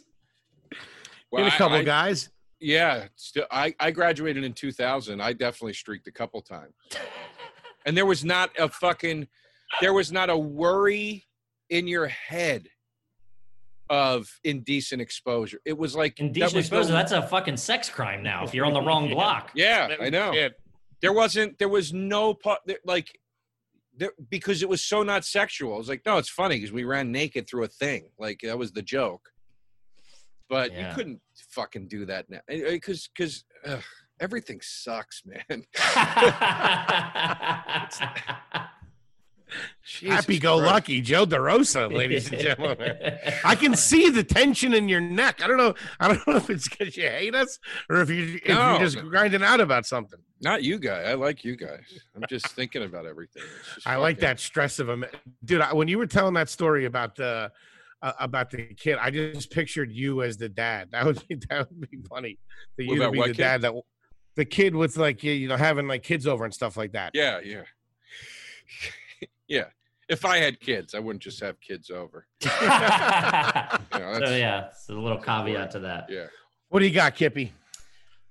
[SPEAKER 2] Maybe
[SPEAKER 4] I-
[SPEAKER 2] a couple
[SPEAKER 4] I-
[SPEAKER 2] guys.
[SPEAKER 4] Yeah, still, I I graduated in 2000. I definitely streaked a couple times, and there was not a fucking, there was not a worry in your head of indecent exposure. It was like that
[SPEAKER 3] Indecent
[SPEAKER 4] was the-
[SPEAKER 3] exposure. That's a fucking sex crime now. If you're on the wrong
[SPEAKER 8] Yeah.
[SPEAKER 3] block.
[SPEAKER 4] Yeah, I know.
[SPEAKER 2] Yeah.
[SPEAKER 4] There wasn't. There was no part. there- Like, there, because it was so not sexual. I was like, no, it's funny because we ran naked through a thing. Like that was the joke. But
[SPEAKER 3] Yeah.
[SPEAKER 4] you couldn't fucking do that now because because everything sucks, man. Jesus
[SPEAKER 2] Happy go
[SPEAKER 4] Christ.
[SPEAKER 2] lucky, Joe DeRosa, ladies and gentlemen. I can see the tension in your neck. I don't know. I don't know if it's because you hate us or if you if
[SPEAKER 4] No.
[SPEAKER 2] you're just grinding out about something.
[SPEAKER 4] Not you guy. I like you guys. I'm just thinking about everything. It's just
[SPEAKER 2] I like
[SPEAKER 4] fucking-
[SPEAKER 2] that stress of a ma- dude. I, when you were telling that story about the uh, about the kid, I just pictured you as the dad. That would be that would be funny. That
[SPEAKER 4] What
[SPEAKER 2] you would
[SPEAKER 4] about
[SPEAKER 2] be the
[SPEAKER 4] what kid?
[SPEAKER 2] dad that the kid with like you- you know having like kids over and stuff like that.
[SPEAKER 4] Yeah, yeah, yeah. If I had kids, I wouldn't just have kids over. You know,
[SPEAKER 3] so
[SPEAKER 4] that's-
[SPEAKER 3] yeah, it's a little caveat to that.
[SPEAKER 4] yeah.
[SPEAKER 2] What do you got, Kippy?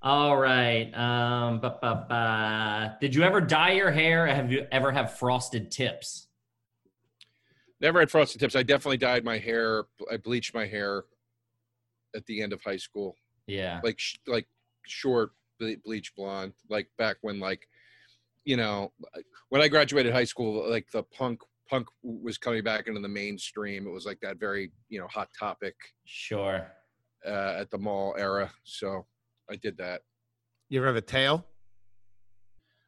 [SPEAKER 3] All right. Um, ba, ba, ba. Did you ever dye your hair? Have you ever have frosted tips?
[SPEAKER 4] Never had frosted tips. I definitely dyed my hair. I bleached my hair at the end of high school,
[SPEAKER 3] Yeah.
[SPEAKER 4] like sh- like short ble- bleach blonde, like back when like you know when I graduated high school, like the punk punk was coming back into the mainstream. It was like that very you know hot topic
[SPEAKER 3] Sure.
[SPEAKER 4] uh, at the mall era. So I did that.
[SPEAKER 2] You ever have a tail?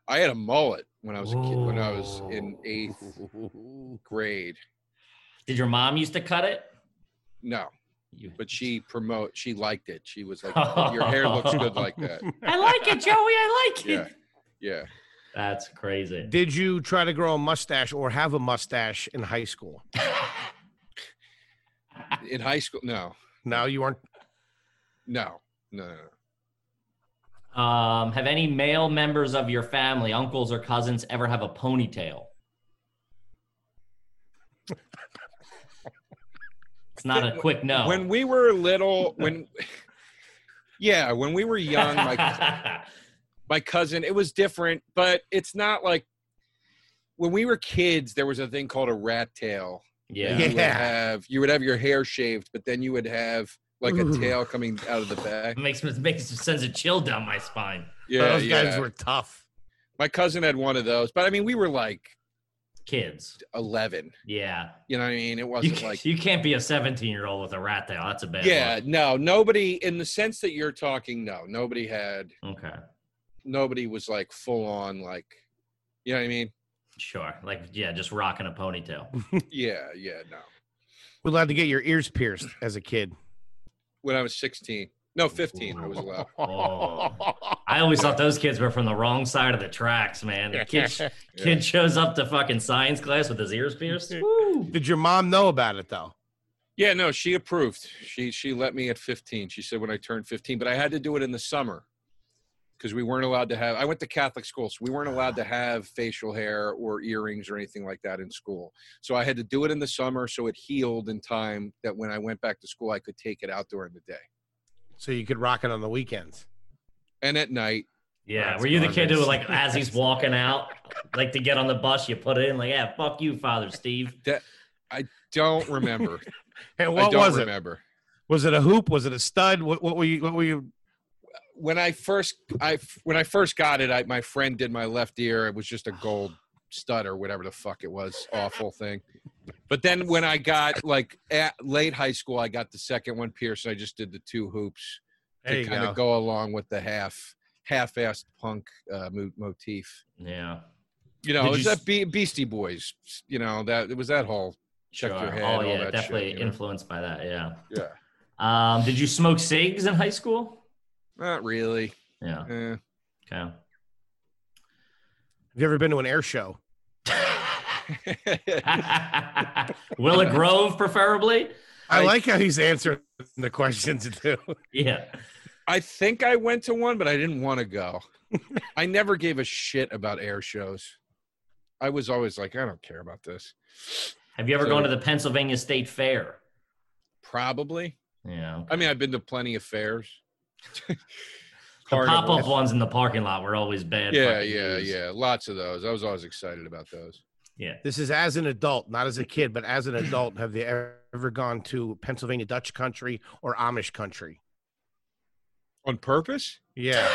[SPEAKER 4] I had a mullet when I was a kid. When I was in eighth grade.
[SPEAKER 3] Did your mom used to cut it?
[SPEAKER 4] No,
[SPEAKER 3] You-
[SPEAKER 4] but she promote. She liked it. She was like, "Oh, "Your hair looks good like that."
[SPEAKER 3] I like it, Joey. I like it.
[SPEAKER 4] Yeah. Yeah.
[SPEAKER 3] That's crazy.
[SPEAKER 2] Did you try to grow a mustache or have a mustache in high school?
[SPEAKER 4] in high school no
[SPEAKER 2] No, you weren't.
[SPEAKER 4] no no, no, no.
[SPEAKER 3] Um, have any male members of your family, uncles or cousins, ever have a ponytail? It's not a quick no.
[SPEAKER 4] when we were little when yeah when we were young my, my cousin it was different but it's not like when we were kids there was a thing called a rat tail
[SPEAKER 3] yeah.
[SPEAKER 4] you would
[SPEAKER 2] Yeah.
[SPEAKER 4] have you would have your hair shaved but then you would have like
[SPEAKER 2] Ooh.
[SPEAKER 4] a tail coming out of the back
[SPEAKER 3] It makes me makes sends a chill down my spine.
[SPEAKER 4] yeah,
[SPEAKER 2] Those
[SPEAKER 4] yeah.
[SPEAKER 2] guys were tough.
[SPEAKER 4] my cousin had one of those but i mean we were like
[SPEAKER 3] Kids.
[SPEAKER 4] 11
[SPEAKER 3] Yeah.
[SPEAKER 4] you know what i mean it
[SPEAKER 3] You,
[SPEAKER 4] wasn't
[SPEAKER 3] ca-
[SPEAKER 4] like
[SPEAKER 3] you can't be a 17 year old with a rat tail. That's a bad
[SPEAKER 4] yeah no nobody in the sense that you're talking no nobody had
[SPEAKER 3] look. Okay.
[SPEAKER 4] nobody was like full on like you know what I mean?
[SPEAKER 3] Sure. Like, yeah, just rocking a ponytail.
[SPEAKER 4] Yeah, yeah, no.
[SPEAKER 2] We allowed to get your ears pierced as a kid.
[SPEAKER 4] When I was 16. No, 15 I was allowed.
[SPEAKER 3] Oh. I always thought those kids were from the wrong side of the tracks, man. The kid,
[SPEAKER 4] Yeah.
[SPEAKER 3] kid shows up to fucking science class with his ears pierced. Woo.
[SPEAKER 2] Did your mom know about it though?
[SPEAKER 4] Yeah, no, she approved. She she let me at 15. She said when I turned 15, but I had to do it in the summer because we weren't allowed to have I went to Catholic school, so we weren't allowed to have facial hair or earrings or anything like that in school. So I had to do it in the summer so it healed in time that when I went back to school I could take it out during the day.
[SPEAKER 2] So you could rock it on the weekends.
[SPEAKER 4] And at night,
[SPEAKER 3] Yeah.
[SPEAKER 2] That's
[SPEAKER 3] were you the kid who,
[SPEAKER 2] garbage.
[SPEAKER 3] like, as he's walking out, like to get on the bus, you put it in, like, yeah, fuck you, Father Steve.
[SPEAKER 4] don't remember.
[SPEAKER 2] And
[SPEAKER 4] I
[SPEAKER 2] what
[SPEAKER 4] don't
[SPEAKER 2] was it?
[SPEAKER 4] remember.
[SPEAKER 2] Was it a hoop? Was it a stud? What, what were you? What were you?
[SPEAKER 4] when I first I when I first got it, I my friend did my left ear. It was just a gold stud or whatever the fuck it was, awful thing. But then when I got like at late high school, I got the second one pierced. And I just did the two hoops
[SPEAKER 2] There you
[SPEAKER 4] to kind
[SPEAKER 2] go.
[SPEAKER 4] of go along with the half half-assed punk uh, mo- motif.
[SPEAKER 3] Yeah.
[SPEAKER 4] You know,
[SPEAKER 3] Did
[SPEAKER 4] it was
[SPEAKER 3] you s-
[SPEAKER 4] that Be- Beastie Boys? You know that it was that whole check
[SPEAKER 3] sure.
[SPEAKER 4] your head.
[SPEAKER 3] oh,
[SPEAKER 4] all
[SPEAKER 3] yeah.
[SPEAKER 4] that
[SPEAKER 3] Definitely
[SPEAKER 4] shit, you know?
[SPEAKER 3] influenced by that. Yeah.
[SPEAKER 4] yeah.
[SPEAKER 3] Um, did you smoke cigs in high school?
[SPEAKER 4] Not really.
[SPEAKER 3] Yeah.
[SPEAKER 4] Eh.
[SPEAKER 3] Okay.
[SPEAKER 2] Have you ever been to an air show?
[SPEAKER 3] Willow Grove, preferably.
[SPEAKER 2] I like how he's answering the questions too.
[SPEAKER 3] Yeah.
[SPEAKER 4] I think I went to one, but I didn't want to go. I never gave a shit about air shows. I was always like, I don't care about this.
[SPEAKER 3] Have you ever
[SPEAKER 4] So-
[SPEAKER 3] gone to the Pennsylvania State Fair?
[SPEAKER 4] Probably.
[SPEAKER 3] Yeah.
[SPEAKER 4] I mean, I've been to plenty of fairs.
[SPEAKER 3] The
[SPEAKER 4] Carnival.
[SPEAKER 3] pop up ones in the parking lot were always bad.
[SPEAKER 4] Yeah,
[SPEAKER 3] fucking
[SPEAKER 4] yeah,
[SPEAKER 3] news.
[SPEAKER 4] yeah. Lots of those. I was always excited about those.
[SPEAKER 3] Yeah.
[SPEAKER 2] This is as an adult, not as a kid, but as an adult, have you e-, ever gone to Pennsylvania Dutch country or Amish country?
[SPEAKER 4] On purpose?
[SPEAKER 2] Yeah.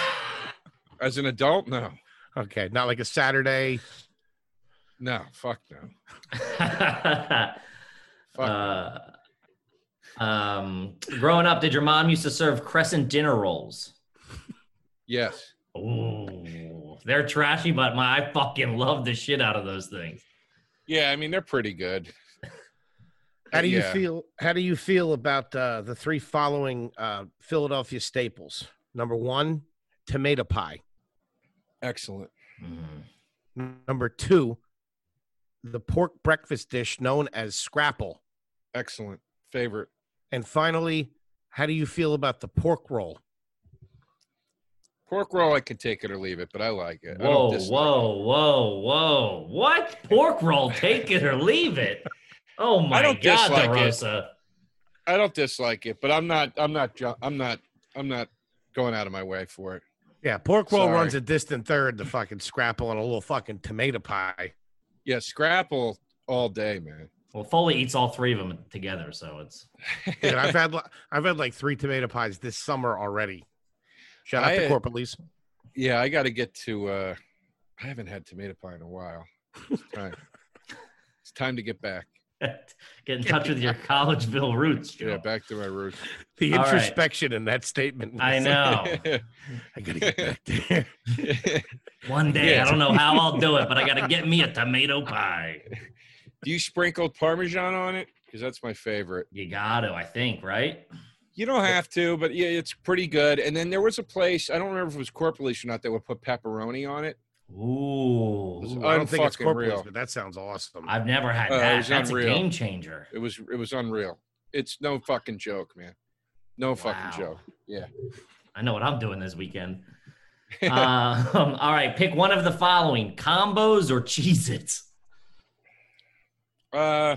[SPEAKER 4] As an adult? No.
[SPEAKER 2] Okay. Not like a Saturday.
[SPEAKER 4] No. Fuck no. Fuck.
[SPEAKER 3] uh, um, growing up, did your mom used to serve crescent dinner rolls?
[SPEAKER 4] yes.
[SPEAKER 3] Ooh, they're trashy, but my I fucking love the shit out of those things.
[SPEAKER 4] Yeah, I mean they're pretty good.
[SPEAKER 2] How do you
[SPEAKER 4] Yeah.
[SPEAKER 2] feel? How do you feel about uh, the three following uh, Philadelphia staples? Number one, tomato pie.
[SPEAKER 4] Excellent.
[SPEAKER 3] Mm.
[SPEAKER 2] Number two, the pork breakfast dish known as scrapple.
[SPEAKER 4] Excellent. Favorite.
[SPEAKER 2] And finally, how do you feel about the pork roll?
[SPEAKER 4] Pork roll, I could take it or leave it, but I like it. I don't
[SPEAKER 3] Whoa,
[SPEAKER 4] dislike
[SPEAKER 3] whoa, whoa, whoa! What pork roll? Take it or leave it. Oh my
[SPEAKER 4] don't
[SPEAKER 3] god,
[SPEAKER 4] dislike it.
[SPEAKER 3] DeRosa.
[SPEAKER 4] it. I don't dislike it, but I'm not. I'm not. ju- I'm not. I'm not going out of my way for it.
[SPEAKER 2] Yeah, pork roll
[SPEAKER 4] Sorry.
[SPEAKER 2] runs a distant third to fucking scrapple and a little fucking tomato pie.
[SPEAKER 4] Yeah, scrapple all day, man.
[SPEAKER 3] Well, Foley eats all three of them together, so it's
[SPEAKER 2] Dude, I've had li- I've had like three tomato pies this summer already. Shout out
[SPEAKER 4] I,
[SPEAKER 2] to
[SPEAKER 4] uh,
[SPEAKER 2] Corpolis.
[SPEAKER 4] yeah, I got to get to. uh I haven't had tomato pie in a while. It's time. it's time to get back.
[SPEAKER 3] get in touch with your Collegeville roots,
[SPEAKER 4] Yeah,
[SPEAKER 3] Joe.
[SPEAKER 4] back to my roots.
[SPEAKER 2] The
[SPEAKER 3] all right.
[SPEAKER 2] introspection in that statement.
[SPEAKER 3] I
[SPEAKER 2] was-
[SPEAKER 4] Oh.
[SPEAKER 3] know.
[SPEAKER 2] I gotta get back there.
[SPEAKER 3] One day,
[SPEAKER 4] Yeah.
[SPEAKER 3] I don't know how I'll do it, but I gotta get me a tomato pie.
[SPEAKER 4] Do you sprinkle parmesan on it? Because that's my favorite.
[SPEAKER 3] You got to, I think, right?
[SPEAKER 4] You don't have to, but yeah, it's pretty good. And then there was a place I don't remember if it was Corporation or not that would put pepperoni on it.
[SPEAKER 3] Ooh,
[SPEAKER 4] It's
[SPEAKER 2] Ooh, I don't think it's
[SPEAKER 4] unfucking
[SPEAKER 2] Corpolis,
[SPEAKER 4] real.
[SPEAKER 2] but that sounds awesome.
[SPEAKER 3] I've never had
[SPEAKER 4] Uh, it
[SPEAKER 3] that.
[SPEAKER 4] was
[SPEAKER 3] That's
[SPEAKER 4] unreal.
[SPEAKER 3] a game changer.
[SPEAKER 4] It was it was unreal. It's no fucking joke, man. No
[SPEAKER 3] Wow.
[SPEAKER 4] fucking joke. Yeah.
[SPEAKER 3] I know what I'm doing this weekend. Uh, um, all right, pick one of the following: combos or Cheez-Its.
[SPEAKER 4] Uh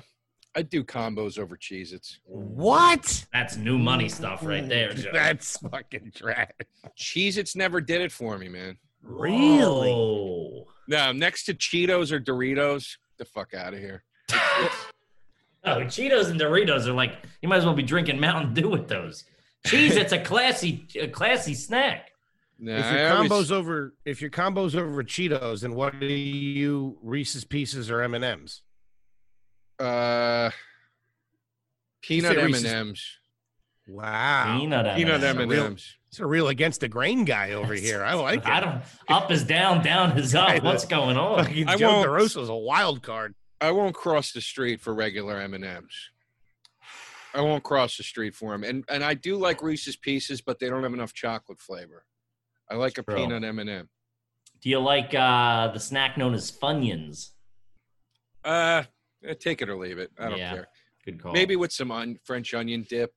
[SPEAKER 4] I'd do combos over Cheez Its.
[SPEAKER 2] what?
[SPEAKER 3] That's new money stuff right there. Joe.
[SPEAKER 2] That's fucking trash.
[SPEAKER 4] Cheez Its never did it for me, man.
[SPEAKER 2] really?
[SPEAKER 3] Whoa.
[SPEAKER 4] No, next to Cheetos or Doritos, the fuck out of here.
[SPEAKER 3] Oh, Cheetos and Doritos are like you might as well be drinking Mountain Dew with those. Cheese, it's a classy, a classy snack.
[SPEAKER 4] No,
[SPEAKER 2] If your combos over, if your combos over Cheetos, then what do you Reese's Pieces or M and M's?
[SPEAKER 4] uh peanut
[SPEAKER 2] say
[SPEAKER 4] M
[SPEAKER 2] Reese's-
[SPEAKER 4] and M's.
[SPEAKER 2] Wow,
[SPEAKER 3] Peanut,
[SPEAKER 4] Peanut M
[SPEAKER 3] M&Ms.
[SPEAKER 4] and M's.
[SPEAKER 2] it's a real against the grain guy over here. I like it.
[SPEAKER 3] I don't. Up is down, down is up.
[SPEAKER 2] Kinda.
[SPEAKER 3] What's going on?
[SPEAKER 2] Fucking
[SPEAKER 4] I
[SPEAKER 2] Joe
[SPEAKER 4] won't-
[SPEAKER 2] DeRosa's a wild card.
[SPEAKER 4] I won't cross the street for regular M and M's. I won't cross the street for them, and and I do like Reese's Pieces, but they don't have enough chocolate flavor. I like a
[SPEAKER 3] True.
[SPEAKER 4] peanut M&M. M and M.
[SPEAKER 3] Do you like uh, the snack known as Funyuns?
[SPEAKER 4] Uh, eh, take it or leave it. I don't
[SPEAKER 3] Yeah.
[SPEAKER 4] care.
[SPEAKER 3] Good call.
[SPEAKER 4] Maybe with some on, French onion dip,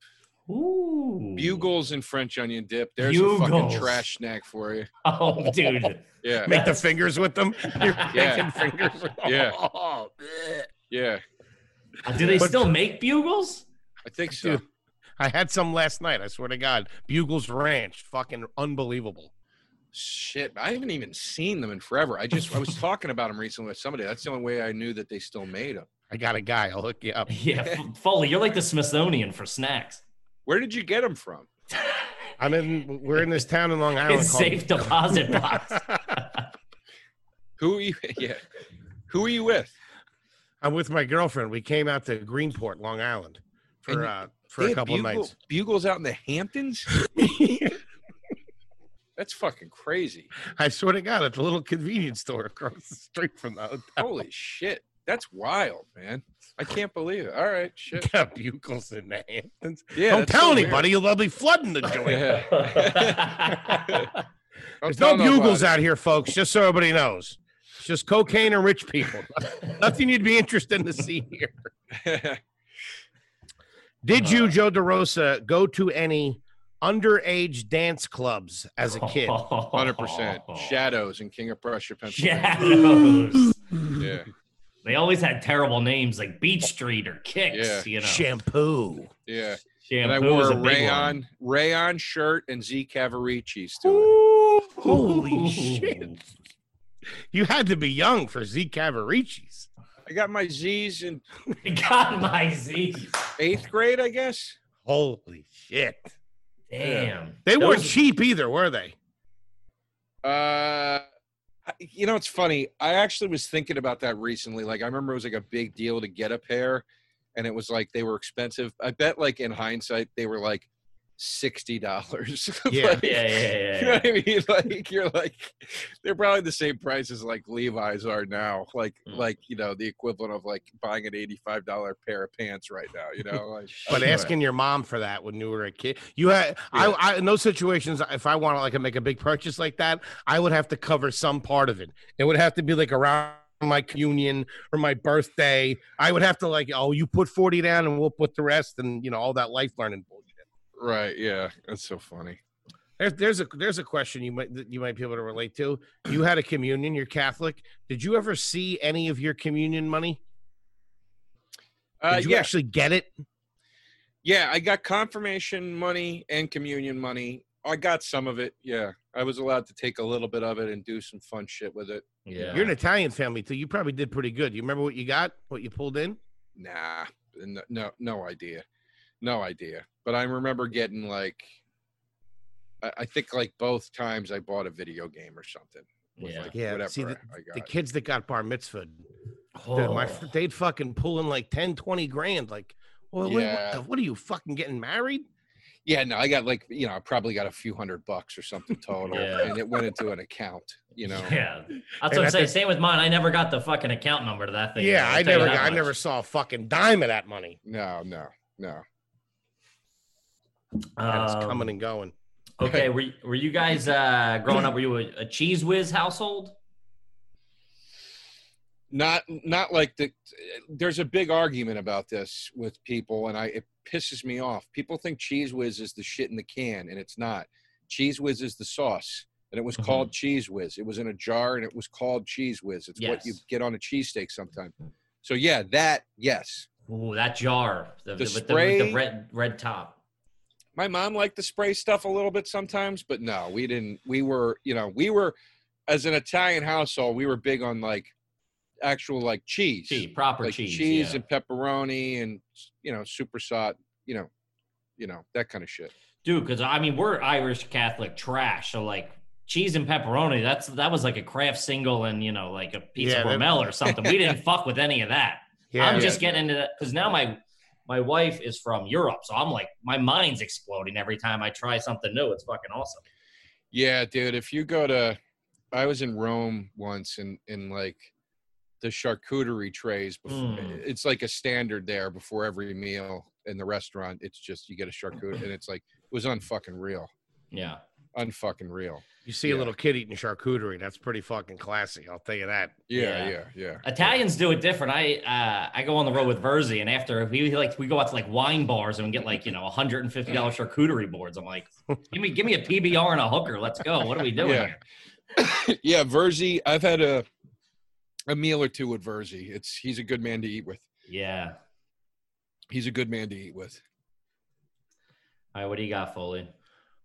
[SPEAKER 3] Ooh.
[SPEAKER 4] bugles and French onion dip. There's a
[SPEAKER 3] Bugles.
[SPEAKER 4] fucking trash snack for you.
[SPEAKER 3] Oh, dude.
[SPEAKER 4] Yeah,
[SPEAKER 2] Make the fingers with them. You're
[SPEAKER 4] Yeah.
[SPEAKER 2] making fingers. With
[SPEAKER 4] Yeah.
[SPEAKER 2] Oh, bleh.
[SPEAKER 4] yeah.
[SPEAKER 3] Do they
[SPEAKER 2] But-
[SPEAKER 3] still make bugles?
[SPEAKER 4] I think so.
[SPEAKER 2] Dude. I had some last night. I swear to God, Bugles Ranch, fucking unbelievable.
[SPEAKER 4] Shit, I haven't even seen them in forever. I just I was talking about them recently with somebody. That's the only way I knew that they still made them.
[SPEAKER 2] I got a guy. I'll hook you up.
[SPEAKER 3] Yeah, F- Foley, you're like the Smithsonian for snacks.
[SPEAKER 4] Where did you get them from?
[SPEAKER 2] I'm in. We're in this town in Long Island.
[SPEAKER 3] It's safe deposit box.
[SPEAKER 4] Who are you? Yeah. Who are you with?
[SPEAKER 2] I'm with my girlfriend. We came out to Greenport, Long Island,
[SPEAKER 4] And
[SPEAKER 2] for
[SPEAKER 4] you-
[SPEAKER 2] uh, for
[SPEAKER 4] They
[SPEAKER 2] a
[SPEAKER 4] have
[SPEAKER 2] couple of
[SPEAKER 4] Bugle-
[SPEAKER 2] nights.
[SPEAKER 4] Bugles out in the Hamptons? That's fucking crazy.
[SPEAKER 2] I swear to God, at the little convenience store across the street from the hotel.
[SPEAKER 4] Holy shit. That's wild, man. I can't believe it. All right, shit.
[SPEAKER 2] Got Bugles in the Hamptons.
[SPEAKER 4] Yeah,
[SPEAKER 2] Don't
[SPEAKER 4] that's
[SPEAKER 2] tell
[SPEAKER 4] so weird.
[SPEAKER 2] anybody, or they'll be flooding the joint.
[SPEAKER 4] Yeah.
[SPEAKER 3] All
[SPEAKER 4] Don't
[SPEAKER 2] There's no
[SPEAKER 4] tell
[SPEAKER 2] bugles
[SPEAKER 4] nobody.
[SPEAKER 2] out here, folks. Just so everybody knows. It's just cocaine and rich people. Nothing you'd be interested in to see here. Did
[SPEAKER 3] Uh.
[SPEAKER 2] you, Joe DeRosa, go to any underage dance clubs as
[SPEAKER 3] Oh,
[SPEAKER 2] a kid?
[SPEAKER 4] Hundred percent. Shadows in King of Prussia, Pennsylvania.
[SPEAKER 3] Shadows.
[SPEAKER 4] Yeah.
[SPEAKER 3] They always had terrible names like Beach Street or Kicks.
[SPEAKER 4] Yeah.
[SPEAKER 3] You know,
[SPEAKER 2] Shampoo.
[SPEAKER 4] Yeah.
[SPEAKER 3] shampoo
[SPEAKER 4] And I wore
[SPEAKER 3] was a
[SPEAKER 4] a
[SPEAKER 3] big one.
[SPEAKER 4] rayon rayon shirt and Z Cavaricci's to
[SPEAKER 2] Holy shit. You had to be young for Z Cavaricci's.
[SPEAKER 4] it. I got my Z's in
[SPEAKER 3] God, my Z.
[SPEAKER 4] eighth grade, I guess.
[SPEAKER 2] Holy shit.
[SPEAKER 3] Damn.
[SPEAKER 2] They
[SPEAKER 3] Those-
[SPEAKER 2] weren't cheap either, were they?
[SPEAKER 4] Uh, I- you know, it's funny. I actually was thinking about that recently. Like, I remember it was like a big deal to get a pair, and it was like they were expensive. I bet, like in hindsight, they were like sixty dollars.
[SPEAKER 2] Yeah.
[SPEAKER 4] like,
[SPEAKER 3] Yeah, yeah, yeah,
[SPEAKER 4] You know
[SPEAKER 3] yeah.
[SPEAKER 4] what I mean? Like you're like they're probably the same price as like Levi's are now. Like
[SPEAKER 3] Mm.
[SPEAKER 4] like you know the equivalent of like buying an eighty five dollar pair of pants right now. You know, like uh,
[SPEAKER 2] But
[SPEAKER 4] Sure.
[SPEAKER 2] asking your mom for that when you were a kid, you had
[SPEAKER 4] Yeah.
[SPEAKER 2] I, I in those situations. If I want to like make a big purchase like that, I would have to cover some part of it. It would have to be like around my communion or my birthday. I would have to like, oh, you put forty down and we'll put the rest, and you know all that life learning bullshit.
[SPEAKER 4] right? Yeah, that's so funny.
[SPEAKER 2] There's there's a there's a question you might that you might be able to relate to. You had a communion. You're Catholic. Did you ever see any of your communion money? Did
[SPEAKER 4] Uh,
[SPEAKER 2] you
[SPEAKER 4] yeah,
[SPEAKER 2] actually get it?
[SPEAKER 4] Yeah, I got confirmation money and communion money. I got some of it. Yeah, I was allowed to take a little bit of it and do some fun shit with it.
[SPEAKER 3] yeah.
[SPEAKER 2] You're an Italian family, too. You probably did pretty good. You remember what you got? What you pulled in?
[SPEAKER 4] Nah, no, no, no idea, no idea. But I remember getting like, I, I think like both times I bought a video game or something. with,
[SPEAKER 3] Yeah.
[SPEAKER 4] like,
[SPEAKER 2] Yeah,
[SPEAKER 4] whatever
[SPEAKER 2] see,
[SPEAKER 4] I got.
[SPEAKER 2] the kids that got bar mitzvahed, dude,
[SPEAKER 3] Oh.
[SPEAKER 2] my, fr- they'd fucking pull in like 10, 20 grand. Like, well, wait, what,
[SPEAKER 4] Yeah.
[SPEAKER 2] the, what are you fucking getting married?
[SPEAKER 4] yeah, no, I got like you know I probably got a few hundred bucks or something total,
[SPEAKER 3] Yeah.
[SPEAKER 4] and it went into an account. You know.
[SPEAKER 3] Yeah, that's
[SPEAKER 2] And
[SPEAKER 3] what
[SPEAKER 2] at
[SPEAKER 3] I'm saying.
[SPEAKER 2] the-
[SPEAKER 3] Same with mine. I never got the fucking account number to that thing.
[SPEAKER 2] yeah,
[SPEAKER 3] I'll
[SPEAKER 2] I
[SPEAKER 3] tell you
[SPEAKER 2] never,
[SPEAKER 3] that
[SPEAKER 2] got, I
[SPEAKER 3] much.
[SPEAKER 2] never saw a fucking dime of that money.
[SPEAKER 4] No, no, no.
[SPEAKER 2] And it's
[SPEAKER 3] Um,
[SPEAKER 2] coming and going.
[SPEAKER 3] Okay, were you, were you guys uh, growing up? Were you a, a cheese whiz household?
[SPEAKER 4] not not like the there's a big argument about this with people and i it pisses me off people think cheese whiz is the shit in the can and it's not cheese whiz is the sauce and it was
[SPEAKER 3] Mhm.
[SPEAKER 4] called cheese whiz it was in a jar and it was called cheese whiz it's what you
[SPEAKER 3] Yes.
[SPEAKER 4] get on a cheesesteak sometime so yeah that yes
[SPEAKER 3] Ooh, that jar the,
[SPEAKER 4] The
[SPEAKER 3] with the, with
[SPEAKER 4] spray-
[SPEAKER 3] the red red top.
[SPEAKER 4] my mom liked the spray stuff a little bit sometimes but no we didn't we were you know we were as an italian household we were big on like actual like cheese
[SPEAKER 3] Cheese, proper
[SPEAKER 4] like
[SPEAKER 3] cheese.
[SPEAKER 4] cheese,
[SPEAKER 3] yeah.
[SPEAKER 4] and pepperoni and you know super sot you know you know that kind of shit
[SPEAKER 3] dude. Because I mean, we're Irish Catholic trash, so like cheese and pepperoni. That's that was like a craft single and you know like a piece
[SPEAKER 2] Yeah,
[SPEAKER 3] of
[SPEAKER 2] that-
[SPEAKER 3] Hormel or something. We didn't fuck with any of that.
[SPEAKER 2] Yeah,
[SPEAKER 3] I'm
[SPEAKER 4] Yeah.
[SPEAKER 3] just getting into that because now my my wife is from Europe, so I'm like my mind's exploding every time I try something new. It's fucking awesome.
[SPEAKER 4] yeah dude if you go to i was in rome once and in like the charcuterie trays before,
[SPEAKER 3] Mm.
[SPEAKER 4] it's like a standard there before every meal in the restaurant it's just you get a charcuterie and it's like it was unfucking real
[SPEAKER 3] Yeah.
[SPEAKER 4] unfucking real
[SPEAKER 2] you see a
[SPEAKER 4] yeah.
[SPEAKER 2] little kid eating charcuterie. That's pretty fucking classy. I'll tell you that.
[SPEAKER 4] yeah
[SPEAKER 3] Yeah.
[SPEAKER 4] yeah yeah
[SPEAKER 3] Italians do it different. I uh, I go on the road with Verzi, and after we like we go out to like wine bars and we get like you know 150 dollar charcuterie boards. I'm like, give me give me a PBR and a hooker. Let's go. What are we doing?
[SPEAKER 4] Yeah.
[SPEAKER 3] Here?
[SPEAKER 4] yeah verzi i've had a a meal or two with verzi it's he's a good man to eat with
[SPEAKER 3] Yeah.
[SPEAKER 4] he's a good man to eat with
[SPEAKER 3] All right. What do you got, Foley?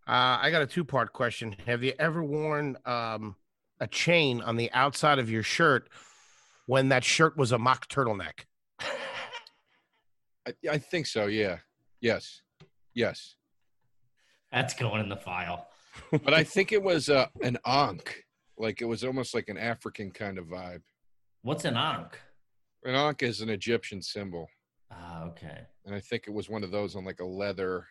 [SPEAKER 2] Uh, I got a two part question. Have you ever worn um, a chain on the outside of your shirt when that shirt was a mock turtleneck?
[SPEAKER 4] I, I think so. Yeah. Yes. Yes.
[SPEAKER 3] That's going in the file.
[SPEAKER 4] But I think it was uh, an ankh. Like it was almost like an African kind of vibe.
[SPEAKER 3] What's an ankh?
[SPEAKER 4] An ankh is an Egyptian symbol,
[SPEAKER 3] Ah, okay.
[SPEAKER 4] and I think it was one of those on like a leather.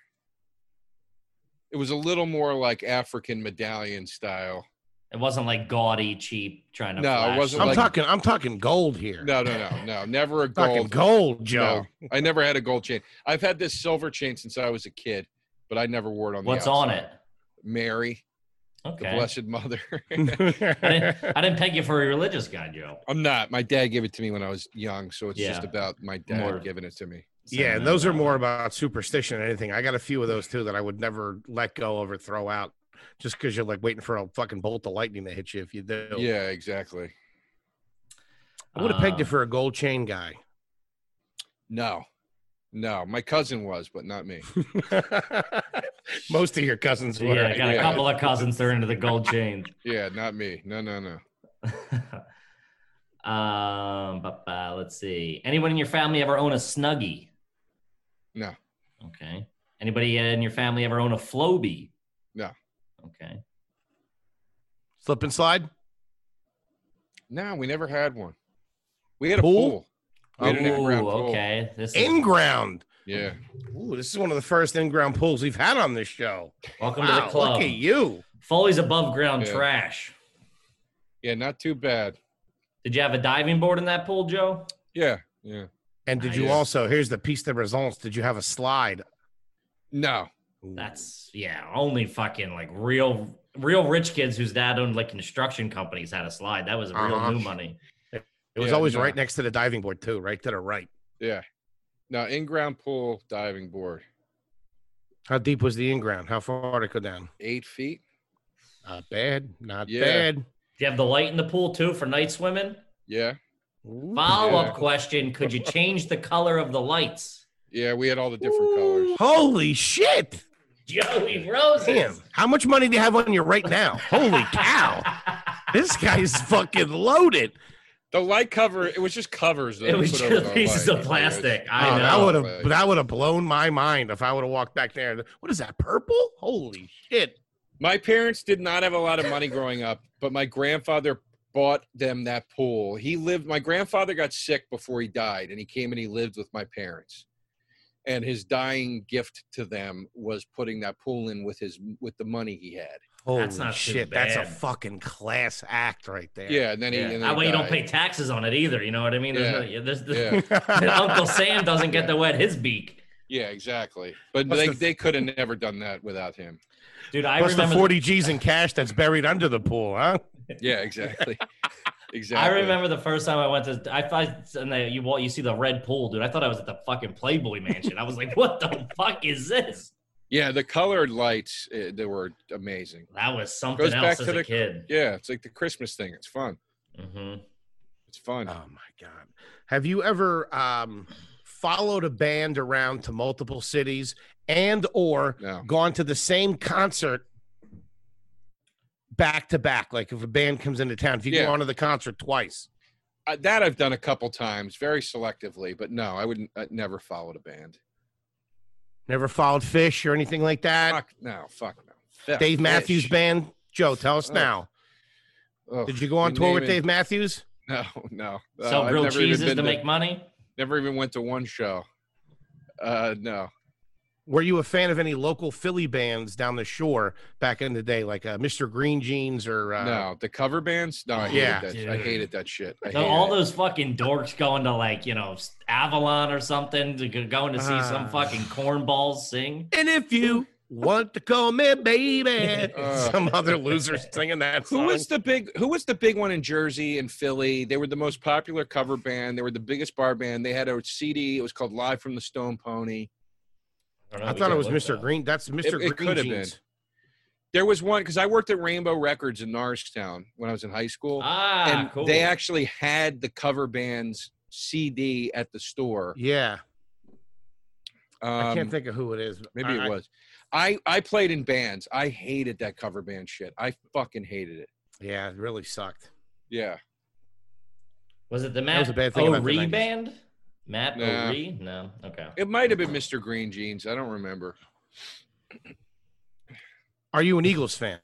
[SPEAKER 4] It was a little more like African medallion style.
[SPEAKER 3] It wasn't like gaudy, cheap, trying to.
[SPEAKER 4] No, it
[SPEAKER 3] flash
[SPEAKER 4] wasn't
[SPEAKER 2] I'm
[SPEAKER 4] like-
[SPEAKER 3] something.
[SPEAKER 2] talking. I'm talking gold here.
[SPEAKER 4] No, no, no, no. Never a
[SPEAKER 2] fucking
[SPEAKER 4] gold.
[SPEAKER 2] gold,
[SPEAKER 4] No,
[SPEAKER 2] Joe.
[SPEAKER 4] I never had a gold chain. I've had this silver chain since I was a kid, but I never wore it on.
[SPEAKER 3] What's
[SPEAKER 4] the
[SPEAKER 3] on
[SPEAKER 4] outside.
[SPEAKER 3] it?
[SPEAKER 4] Mary.
[SPEAKER 3] Okay.
[SPEAKER 4] the Blessed Mother.
[SPEAKER 3] I didn't peg you for a religious guy, Joe.
[SPEAKER 4] I'm not. My dad gave it to me when I was young, so it's just
[SPEAKER 3] Yeah.
[SPEAKER 4] about my dad
[SPEAKER 3] More-
[SPEAKER 4] giving it to me.
[SPEAKER 2] yeah,
[SPEAKER 3] So,
[SPEAKER 2] and those
[SPEAKER 3] uh,
[SPEAKER 2] are more about superstition than anything. I got a few of those too that I would never let go of or throw out just because you're like waiting for a fucking bolt of lightning to hit you if you do.
[SPEAKER 4] Yeah, exactly.
[SPEAKER 2] I would have pegged you
[SPEAKER 3] uh,
[SPEAKER 2] for a gold chain guy.
[SPEAKER 4] No, no, my cousin was, but not me.
[SPEAKER 2] Most of your cousins
[SPEAKER 3] Um, Yeah,
[SPEAKER 2] would.
[SPEAKER 3] I got a
[SPEAKER 4] Yeah.
[SPEAKER 3] couple of cousins that are into the gold chain.
[SPEAKER 4] Yeah, not me. No, no, no.
[SPEAKER 3] um, but uh, let's see. Anyone in your family ever own a Snuggie?
[SPEAKER 4] No.
[SPEAKER 3] Okay. Anybody in your family ever own a Floby?
[SPEAKER 4] No.
[SPEAKER 3] Okay.
[SPEAKER 2] Slip and slide.
[SPEAKER 4] No, we never had one. We had a
[SPEAKER 2] Pool?
[SPEAKER 4] pool. We had an in-ground
[SPEAKER 3] Ooh,
[SPEAKER 4] pool.
[SPEAKER 3] Oh, okay. This is,
[SPEAKER 2] In ground.
[SPEAKER 4] Yeah.
[SPEAKER 2] Ooh, this is one of the first in ground pools we've had on this show.
[SPEAKER 3] welcome to
[SPEAKER 2] Wow,
[SPEAKER 3] the club.
[SPEAKER 2] Look at you.
[SPEAKER 3] Foley's above ground
[SPEAKER 4] Yeah.
[SPEAKER 3] trash.
[SPEAKER 4] Yeah, not too bad.
[SPEAKER 3] Did you have a diving board in that pool, Joe?
[SPEAKER 4] Yeah, yeah.
[SPEAKER 2] And did you
[SPEAKER 4] Nice.
[SPEAKER 2] also, here's the piece de results. Did you have a slide?
[SPEAKER 4] No.
[SPEAKER 2] Ooh.
[SPEAKER 3] That's yeah, only fucking like real real rich kids whose dad owned like construction companies had a slide. That was real
[SPEAKER 2] Uh-huh.
[SPEAKER 3] new money.
[SPEAKER 2] it was
[SPEAKER 4] yeah,
[SPEAKER 2] always
[SPEAKER 4] no.
[SPEAKER 2] right next to the diving board, too, right to the right.
[SPEAKER 4] Yeah. No, in-ground pool diving board.
[SPEAKER 2] How deep was the in ground? How far did it go down?
[SPEAKER 4] Eight feet.
[SPEAKER 2] Not bad. Not
[SPEAKER 4] Yeah.
[SPEAKER 2] bad.
[SPEAKER 3] Do you have the light in the pool too for night swimming?
[SPEAKER 4] Yeah.
[SPEAKER 2] Ooh.
[SPEAKER 3] Follow
[SPEAKER 4] Yeah.
[SPEAKER 3] up question: Could you change the color of the lights,
[SPEAKER 4] Yeah, we had all the different colors.
[SPEAKER 2] Holy shit.
[SPEAKER 3] Joey Roses?
[SPEAKER 2] Damn. How much money do you have on you right now? Holy cow. This guy's fucking loaded.
[SPEAKER 4] The light cover, it was just covers. that
[SPEAKER 3] it
[SPEAKER 4] we
[SPEAKER 3] was
[SPEAKER 4] put over
[SPEAKER 3] just
[SPEAKER 4] the
[SPEAKER 3] pieces
[SPEAKER 4] light.
[SPEAKER 3] of plastic.
[SPEAKER 2] Oh,
[SPEAKER 3] I
[SPEAKER 2] that
[SPEAKER 3] know.
[SPEAKER 2] would have that would have blown my mind if I would have walked back there. What is that? Purple? Holy shit!
[SPEAKER 4] My parents did not have a lot of money growing up, but my grandfather bought them that pool. He lived, my grandfather got sick before he died, and he came and he lived with my parents. And his dying gift to them was putting that pool in with his with the money he had.
[SPEAKER 2] Holy
[SPEAKER 3] That's not too
[SPEAKER 2] shit! That's a
[SPEAKER 3] bad.
[SPEAKER 2] fucking class act right there.
[SPEAKER 4] Yeah, and then he
[SPEAKER 3] Yeah.
[SPEAKER 4] and then
[SPEAKER 3] That
[SPEAKER 4] he
[SPEAKER 3] way you don't
[SPEAKER 4] died.
[SPEAKER 3] pay taxes on it either. You know what I mean? There's no, there's,
[SPEAKER 4] Yeah.
[SPEAKER 3] Uncle Sam doesn't get to wet his beak.
[SPEAKER 4] Yeah, exactly. But
[SPEAKER 2] Plus
[SPEAKER 4] they,
[SPEAKER 2] the-
[SPEAKER 4] they could have never done that without him.
[SPEAKER 3] Dude, I
[SPEAKER 2] Plus the
[SPEAKER 3] remember
[SPEAKER 2] forty G's in cash that's buried under the pool, huh?
[SPEAKER 4] Yeah, exactly. exactly.
[SPEAKER 3] I remember the first time I went to, I thought, and they, you walk, you see the red pool, dude. I thought I was at the fucking Playboy Mansion. I was like, what the fuck is this?
[SPEAKER 4] Yeah, the colored lights uh, they were amazing.
[SPEAKER 3] That was something
[SPEAKER 4] Goes back
[SPEAKER 3] else as
[SPEAKER 4] to
[SPEAKER 3] a
[SPEAKER 4] the-
[SPEAKER 3] kid.
[SPEAKER 4] Yeah, it's like the Christmas thing. It's fun.
[SPEAKER 3] hmm
[SPEAKER 4] It's fun.
[SPEAKER 3] Uh,
[SPEAKER 2] Oh my god! Have you ever um, followed a band around to multiple cities and or
[SPEAKER 4] no.
[SPEAKER 2] gone to the same concert back to back? Like if a band comes into town, if you
[SPEAKER 4] Yeah.
[SPEAKER 2] go on to the concert twice.
[SPEAKER 4] Uh, that I've done a couple times, very selectively, but no, I wouldn't I never followed a band.
[SPEAKER 2] Never followed Fish or anything like that.
[SPEAKER 4] Fuck no, fuck no. Fuck
[SPEAKER 2] Dave
[SPEAKER 4] fish.
[SPEAKER 2] Matthews Band. Joe, tell us
[SPEAKER 4] Oh,
[SPEAKER 2] now.
[SPEAKER 4] Ugh,
[SPEAKER 2] Did you go on
[SPEAKER 4] you
[SPEAKER 2] tour
[SPEAKER 4] name
[SPEAKER 2] with
[SPEAKER 4] it.
[SPEAKER 2] Dave Matthews?
[SPEAKER 4] No, no. Uh,
[SPEAKER 3] Sell
[SPEAKER 4] I've
[SPEAKER 3] grilled
[SPEAKER 4] never even
[SPEAKER 3] cheeses to
[SPEAKER 4] been
[SPEAKER 3] make money.
[SPEAKER 4] never even went to one show. Uh no.
[SPEAKER 2] Were you a fan of any local Philly bands down the shore back in the day, like uh, Mr. Green Jeans or? Uh,
[SPEAKER 4] no. The cover bands? No, I hated
[SPEAKER 2] Yeah.
[SPEAKER 4] that. I
[SPEAKER 3] Dude.
[SPEAKER 4] hated that shit. I
[SPEAKER 3] So
[SPEAKER 4] hated
[SPEAKER 3] all
[SPEAKER 4] it.
[SPEAKER 3] those fucking dorks going to like, you know, Avalon or something, to go- going to see
[SPEAKER 2] Ah.
[SPEAKER 3] some fucking cornballs sing.
[SPEAKER 2] And if you want to call me baby,
[SPEAKER 4] Uh.
[SPEAKER 2] some other loser singing that
[SPEAKER 4] Who
[SPEAKER 2] song.
[SPEAKER 4] was the big who was the big one in Jersey and Philly? They were the most popular cover band. They were the biggest bar band. They had a CD. It was called Live from the Stone Pony.
[SPEAKER 3] don't know
[SPEAKER 2] I
[SPEAKER 3] if we
[SPEAKER 2] thought it
[SPEAKER 3] did
[SPEAKER 2] was
[SPEAKER 3] look
[SPEAKER 2] Mr.
[SPEAKER 3] up.
[SPEAKER 2] Green. That's Mr.
[SPEAKER 4] uh, it
[SPEAKER 2] Green
[SPEAKER 4] could have
[SPEAKER 2] Jeans.
[SPEAKER 4] There was one because I worked at Rainbow Records in Norristown when I was in high school.
[SPEAKER 3] Ah,
[SPEAKER 4] and
[SPEAKER 3] cool.
[SPEAKER 4] they actually had the cover band's CD at the store.
[SPEAKER 2] Yeah,
[SPEAKER 4] Um,
[SPEAKER 2] I can't think of who it is. but
[SPEAKER 4] Maybe
[SPEAKER 2] I-
[SPEAKER 4] it was. I, I played in bands. I hated that cover band shit. I fucking hated it.
[SPEAKER 2] Yeah, it really sucked.
[SPEAKER 4] Yeah.
[SPEAKER 3] was it the
[SPEAKER 2] was
[SPEAKER 3] Matt
[SPEAKER 2] a bad thing about the
[SPEAKER 3] O'Ree
[SPEAKER 2] 90s.
[SPEAKER 3] band? Matt
[SPEAKER 4] Nah.
[SPEAKER 3] O'Ree? No. Okay.
[SPEAKER 4] It might have been Mr. Green Jeans. I don't remember.
[SPEAKER 2] Are you an Eagles fan?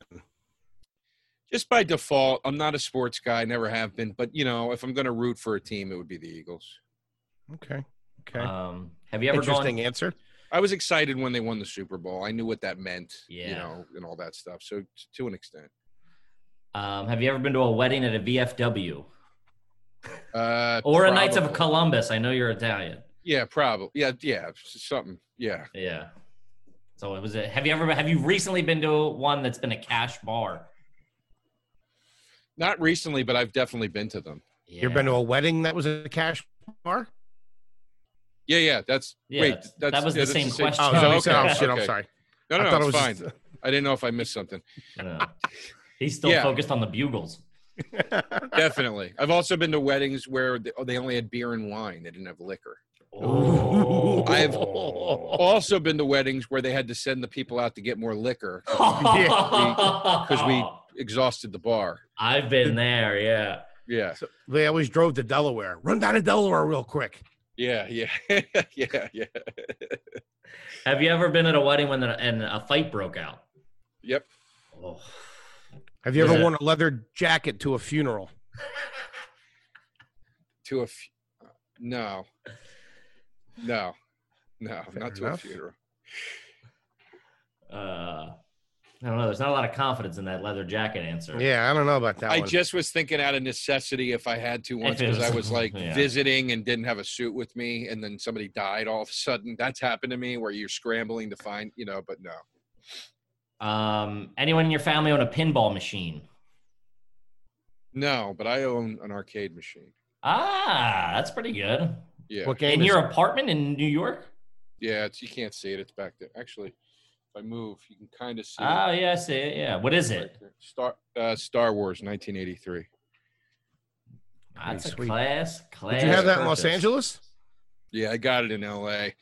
[SPEAKER 4] just by default, I'm not a sports guy, never have been. But you know, if I'm going to root for a team, it would be the Eagles.
[SPEAKER 2] Okay. Okay.
[SPEAKER 3] Um, have you ever gone?
[SPEAKER 2] Uh, Interesting answer.
[SPEAKER 4] I was excited when they won the Super Bowl. I knew what that meant, you
[SPEAKER 3] Yeah.
[SPEAKER 4] know, and all that stuff. So t- to an extent,
[SPEAKER 3] Um, have you ever been to a wedding at a VFW
[SPEAKER 4] uh,
[SPEAKER 3] or a Knights of
[SPEAKER 4] probably.
[SPEAKER 3] Columbus? I know you're Italian.
[SPEAKER 4] Yeah, probably. Yeah, yeah, s- something. Yeah,
[SPEAKER 3] Yeah. So it was a. Have you ever? Have you recently been to one that's been a cash bar?
[SPEAKER 4] Not recently, but I've definitely been to them.
[SPEAKER 3] Yeah.
[SPEAKER 2] You ever been to a wedding that was a cash bar?
[SPEAKER 4] Yeah, yeah. That's
[SPEAKER 3] Yeah,
[SPEAKER 4] wait.
[SPEAKER 3] that's-
[SPEAKER 4] That's,
[SPEAKER 3] that was
[SPEAKER 4] yeah,
[SPEAKER 3] the
[SPEAKER 4] that's
[SPEAKER 3] same
[SPEAKER 4] same-
[SPEAKER 3] question.
[SPEAKER 2] Oh,
[SPEAKER 3] Oh,
[SPEAKER 2] no,
[SPEAKER 4] okay,
[SPEAKER 2] he said, oh shit, I'm
[SPEAKER 4] okay.
[SPEAKER 2] sorry.
[SPEAKER 4] No, no,
[SPEAKER 2] I
[SPEAKER 4] no,
[SPEAKER 2] thought
[SPEAKER 4] it's
[SPEAKER 2] it was
[SPEAKER 4] fine.
[SPEAKER 2] just- uh,
[SPEAKER 4] I didn't know if I missed something.
[SPEAKER 3] No. He's still
[SPEAKER 4] Yeah.
[SPEAKER 3] focused on the bugles.
[SPEAKER 4] Definitely. I've also been to weddings where they- they only had beer and wine. They didn't have liquor.
[SPEAKER 3] Oh.
[SPEAKER 4] I've also been to weddings where they had to send the people out to get more liquor.
[SPEAKER 3] because
[SPEAKER 4] we- Exhausted the bar.
[SPEAKER 3] I've been there. Yeah.
[SPEAKER 4] Yeah,
[SPEAKER 2] So they always drove to Delaware. Run down to Delaware real quick.
[SPEAKER 4] yeah, yeah, yeah, yeah.
[SPEAKER 3] Have you ever been at a wedding when the, and a fight broke out?
[SPEAKER 4] Yep.
[SPEAKER 3] Oh.
[SPEAKER 2] Have you ever
[SPEAKER 3] Yeah.
[SPEAKER 2] worn a leather jacket to a funeral?
[SPEAKER 4] To a f- no, no, no,
[SPEAKER 2] Fair
[SPEAKER 4] not to
[SPEAKER 2] enough.
[SPEAKER 4] a funeral.
[SPEAKER 3] Uh, I don't know. There's not a lot of confidence in that leather jacket answer.
[SPEAKER 2] Yeah, I don't know about that
[SPEAKER 4] I
[SPEAKER 2] one.
[SPEAKER 4] just was thinking out of necessity if I had to once
[SPEAKER 3] it
[SPEAKER 4] because I
[SPEAKER 3] was-
[SPEAKER 4] was like
[SPEAKER 3] yeah.
[SPEAKER 4] visiting and didn't have a suit with me, and then somebody died all of a sudden. That's happened to me where you're scrambling to find, you know. But no,
[SPEAKER 3] Um, anyone in your family own a pinball machine?
[SPEAKER 4] no. But I own an arcade machine.
[SPEAKER 3] Ah, that's pretty good.
[SPEAKER 4] Yeah,
[SPEAKER 2] what game
[SPEAKER 3] In
[SPEAKER 2] is
[SPEAKER 3] your
[SPEAKER 2] it?
[SPEAKER 3] apartment in New York?
[SPEAKER 4] yeah. It's, you can't see it. It's back there. Actually, if I move, you can kind of see. it.
[SPEAKER 3] Oh, yeah, I see it. Yeah. What is
[SPEAKER 4] Right
[SPEAKER 3] it?
[SPEAKER 4] there. Star uh, Star Wars, 1983.
[SPEAKER 3] That's a
[SPEAKER 2] sweet.
[SPEAKER 3] class. Class.
[SPEAKER 2] Did you have that in Los
[SPEAKER 3] purchase.
[SPEAKER 2] Angeles?
[SPEAKER 4] Yeah, I got it in L.A.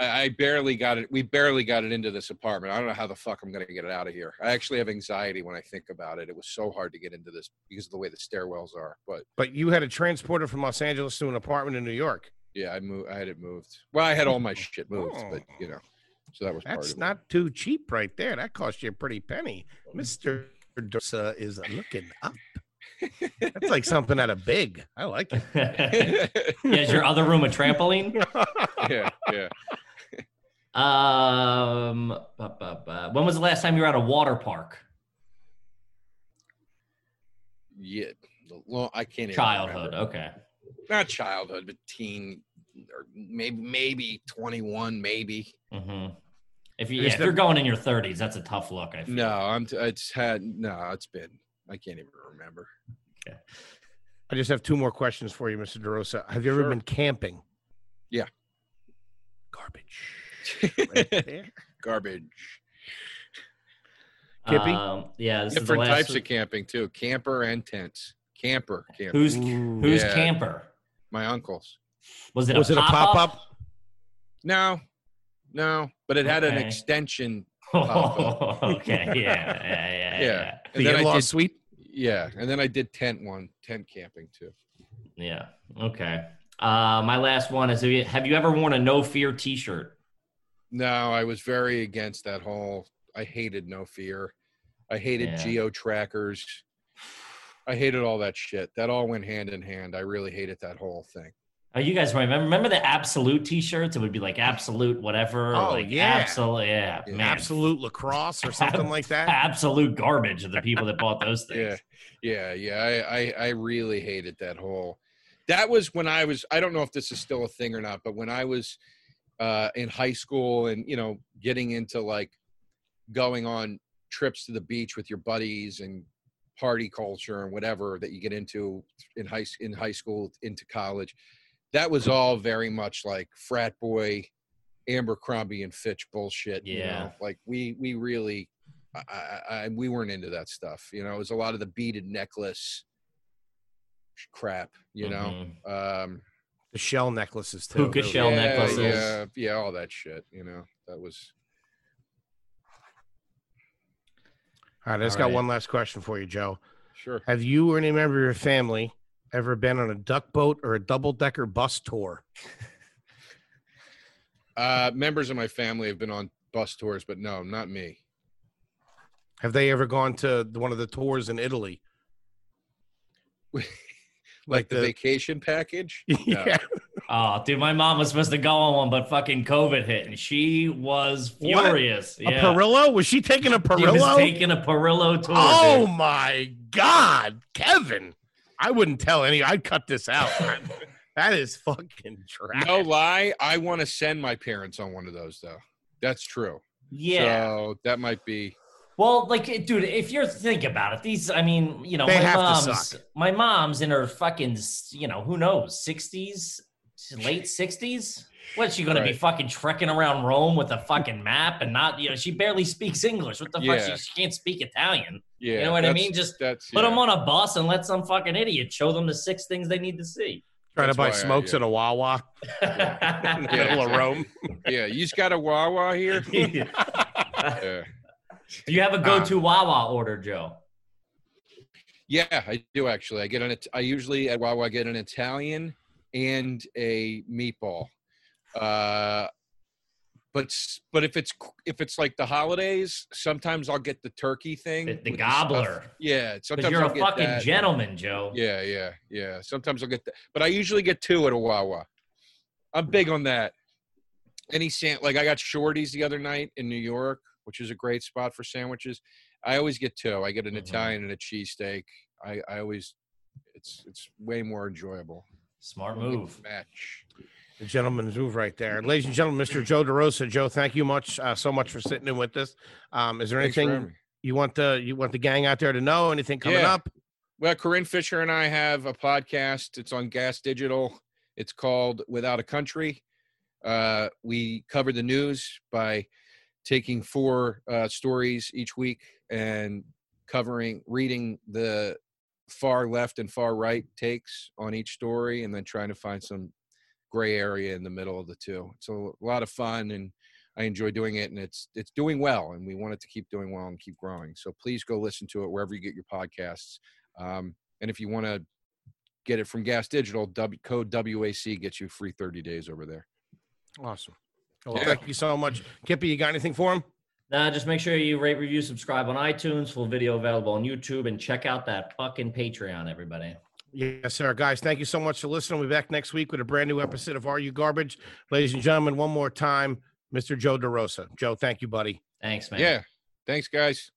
[SPEAKER 4] I, I barely got it. We barely got it into this apartment. I don't know how the fuck I'm gonna get it out of here. I actually have anxiety when I think about it. It was so hard to get into this because of the way the stairwells are. But
[SPEAKER 2] But you had a transporter from Los Angeles to an apartment in New York.
[SPEAKER 4] yeah, I moved. I had it moved. Well, I had all my shit moved, but you know, so that was part
[SPEAKER 2] Oh. That's
[SPEAKER 4] of
[SPEAKER 2] not too cheap right there. That cost you a pretty penny. Mr. Dursa is looking up. That's like something out of big. I like it.
[SPEAKER 3] yeah,
[SPEAKER 4] it.
[SPEAKER 3] is your other room a trampoline?
[SPEAKER 4] yeah, yeah.
[SPEAKER 3] Um, ba, ba, ba. when was the last time you were at a water park?
[SPEAKER 4] Yeah. The lo- I can't. even
[SPEAKER 3] Childhood.
[SPEAKER 4] remember.
[SPEAKER 3] Okay.
[SPEAKER 4] Not childhood, but teen, or maybe maybe 21, maybe.
[SPEAKER 3] hmm If, you,
[SPEAKER 2] Is
[SPEAKER 3] if
[SPEAKER 2] the-
[SPEAKER 3] you're going in your 30s, that's a tough look. I feel.
[SPEAKER 4] No, I'm. T- it's had. No, it's been. I can't even remember.
[SPEAKER 2] I just have two more questions for you, Mr. DeRosa. Have you ever
[SPEAKER 4] Sure.
[SPEAKER 2] been camping?
[SPEAKER 4] Yeah.
[SPEAKER 2] Garbage. Right there.
[SPEAKER 4] Garbage.
[SPEAKER 2] Kippy?
[SPEAKER 3] Um, yeah. This is the
[SPEAKER 4] Different
[SPEAKER 3] last
[SPEAKER 4] types of camping too. Camper and tents. Camper. Camper.
[SPEAKER 3] Who's
[SPEAKER 2] Ooh.
[SPEAKER 3] who's
[SPEAKER 4] Yeah.
[SPEAKER 3] camper?
[SPEAKER 4] My uncles.
[SPEAKER 3] Was it
[SPEAKER 2] Was
[SPEAKER 3] a
[SPEAKER 2] it a
[SPEAKER 3] pop-up?
[SPEAKER 4] No, no. But it had an
[SPEAKER 3] Okay.
[SPEAKER 4] extension.
[SPEAKER 3] Oh, okay. Yeah. Yeah. Yeah.
[SPEAKER 4] Yeah.
[SPEAKER 3] Yeah.
[SPEAKER 4] And
[SPEAKER 2] the
[SPEAKER 4] then I
[SPEAKER 2] in-law
[SPEAKER 4] did-
[SPEAKER 2] suite?
[SPEAKER 4] Yeah, and then I did tent one, tent camping too.
[SPEAKER 3] yeah. Okay. Uh, my last one is: have you, have you ever worn a no fear T-shirt?
[SPEAKER 4] No, I was very against that whole. I hated no fear. I hated
[SPEAKER 3] Yeah.
[SPEAKER 4] geo trackers. I hated all that shit. That all went hand in hand. I really hated that whole thing.
[SPEAKER 3] Oh, you guys remember remember the absolute T-shirts? It would be like absolute whatever. or
[SPEAKER 2] Oh,
[SPEAKER 3] like
[SPEAKER 2] yeah.
[SPEAKER 3] Absolute. Yeah.
[SPEAKER 4] Yeah.
[SPEAKER 3] man.
[SPEAKER 2] Absolute lacrosse or something like that?
[SPEAKER 3] Absolute garbage of the people that bought those things.
[SPEAKER 4] Yeah, yeah, yeah. I, I, I really hated that whole. That was when I was. I don't know if this is still a thing or not, but when I was uh, in high school and you know getting into like going on trips to the beach with your buddies and party culture and whatever that you get into in high in high school into college, that was all very much like frat boy, Abercrombie and Fitch bullshit. you know?
[SPEAKER 3] Yeah.
[SPEAKER 4] like we we really I, I, I we weren't into that stuff. You know, it was a lot of the beaded necklace crap. You
[SPEAKER 3] Mhm.
[SPEAKER 4] know, um,
[SPEAKER 2] The shell necklaces, too.
[SPEAKER 3] Puka
[SPEAKER 2] those-
[SPEAKER 3] shell
[SPEAKER 4] yeah,
[SPEAKER 3] necklaces.
[SPEAKER 4] yeah, yeah, all that shit. You know, that was
[SPEAKER 2] All right, I just
[SPEAKER 3] All
[SPEAKER 2] got
[SPEAKER 3] right.
[SPEAKER 2] one last question for you, Joe.
[SPEAKER 4] sure.
[SPEAKER 2] Have you or any member of your family ever been on a duck boat or a double decker bus tour?
[SPEAKER 4] Uh, members of my family have been on bus tours, but no, not me.
[SPEAKER 2] Have they ever gone to one of the tours in Italy?
[SPEAKER 4] Like
[SPEAKER 2] like
[SPEAKER 4] The vacation package.
[SPEAKER 2] yeah.
[SPEAKER 3] Oh, dude, my mom was supposed to go on one, but fucking COVID hit, and she was
[SPEAKER 2] What?
[SPEAKER 3] furious.
[SPEAKER 2] A
[SPEAKER 3] Yeah.
[SPEAKER 2] Perillo? Was she taking a
[SPEAKER 3] She was
[SPEAKER 2] Perillo?
[SPEAKER 3] taking a Perillo tour.
[SPEAKER 2] oh
[SPEAKER 3] dude.
[SPEAKER 2] my God, Kevin! I wouldn't tell any. I'd cut this out. that is fucking trash.
[SPEAKER 4] No lie, I want to send my parents on one of those though. That's true.
[SPEAKER 3] Yeah.
[SPEAKER 4] So that might be
[SPEAKER 3] Well, like, it- dude, if you're think about it, these, I mean, you know,
[SPEAKER 2] They
[SPEAKER 3] my
[SPEAKER 2] have to
[SPEAKER 3] mom's,
[SPEAKER 2] suck.
[SPEAKER 3] my mom's in her fucking, you know, who knows, sixties, late sixties. What's she gonna be
[SPEAKER 4] Right.
[SPEAKER 3] fucking trekking around Rome with a fucking map and not, you know, she barely speaks English. What the
[SPEAKER 4] Yeah.
[SPEAKER 3] fuck? She, she can't speak Italian.
[SPEAKER 4] yeah.
[SPEAKER 3] you know what I
[SPEAKER 4] that's-
[SPEAKER 3] mean? Just
[SPEAKER 4] That's
[SPEAKER 3] put
[SPEAKER 4] yeah.
[SPEAKER 3] them on a bus and let some fucking idiot show them the six things they need to see.
[SPEAKER 2] Trying to
[SPEAKER 4] That's
[SPEAKER 2] buy
[SPEAKER 4] why I-
[SPEAKER 2] smokes
[SPEAKER 4] yeah.
[SPEAKER 2] at a Wawa in the
[SPEAKER 4] Yeah.
[SPEAKER 2] middle of Rome.
[SPEAKER 4] Yeah, you just got a Wawa here.
[SPEAKER 3] Do
[SPEAKER 4] Yeah.
[SPEAKER 3] you have a go-to Wawa order, Joe?
[SPEAKER 4] Yeah, I do actually. I get an. It- I usually at Wawa get an Italian and a meatball. Uh, but s- but if it's c- if it's like the holidays, sometimes I'll get the turkey thing.
[SPEAKER 3] The, the
[SPEAKER 4] with stuff.
[SPEAKER 3] gobbler.
[SPEAKER 4] Yeah,
[SPEAKER 3] Because
[SPEAKER 4] sometimes
[SPEAKER 3] you're
[SPEAKER 4] I'll
[SPEAKER 3] a
[SPEAKER 4] get
[SPEAKER 3] fucking
[SPEAKER 4] that.
[SPEAKER 3] gentleman, Joe.
[SPEAKER 4] Yeah, yeah, yeah. Sometimes I'll get that, but I usually get two at a Wawa. I'm big on that. Any sand like I got Shorty's the other night in New York, which is a great spot for sandwiches. I always get two. I get an
[SPEAKER 3] Mhm.
[SPEAKER 4] Italian and a cheesesteak. I I always it's it's way more enjoyable.
[SPEAKER 3] Smart move.
[SPEAKER 4] Match.
[SPEAKER 2] The gentleman's move right there, ladies and gentlemen. Mr. Joe DeRosa, Joe, thank you much uh, so much for sitting in with us. Um, is there
[SPEAKER 4] Thanks for
[SPEAKER 2] anything
[SPEAKER 4] having me.
[SPEAKER 2] you want the you want the gang out there to know? Anything coming
[SPEAKER 4] Yeah.
[SPEAKER 2] up?
[SPEAKER 4] Well, Corinne Fisher and I have a podcast. It's on Gas Digital. It's called Without a Country. Uh, we cover the news by taking four uh, stories each week and covering, reading the far left and far right takes on each story, and then trying to find some gray area in the middle of the two. It's a lot of fun, and I enjoy doing it, and it's it's doing well, and we want it to keep doing well and keep growing. So please go listen to it wherever you get your podcasts. Um, and if you want to get it from Gas Digital, w- code WAC gets you free 30 days over there.
[SPEAKER 2] Awesome. Well,
[SPEAKER 4] Yeah.
[SPEAKER 2] thank you so much, Kippy. You got anything for him?
[SPEAKER 3] Nah, just make sure you rate, review, subscribe on iTunes. Full video available on YouTube, and check out that fucking Patreon, everybody.
[SPEAKER 2] Yes, sir. Guys, thank you so much for listening. We'll be back next week with a brand new episode of Are You Garbage? Ladies and gentlemen, one more time, Mr. Joe DeRosa. Joe, thank you, buddy.
[SPEAKER 3] Thanks, man.
[SPEAKER 4] Yeah. Thanks, guys.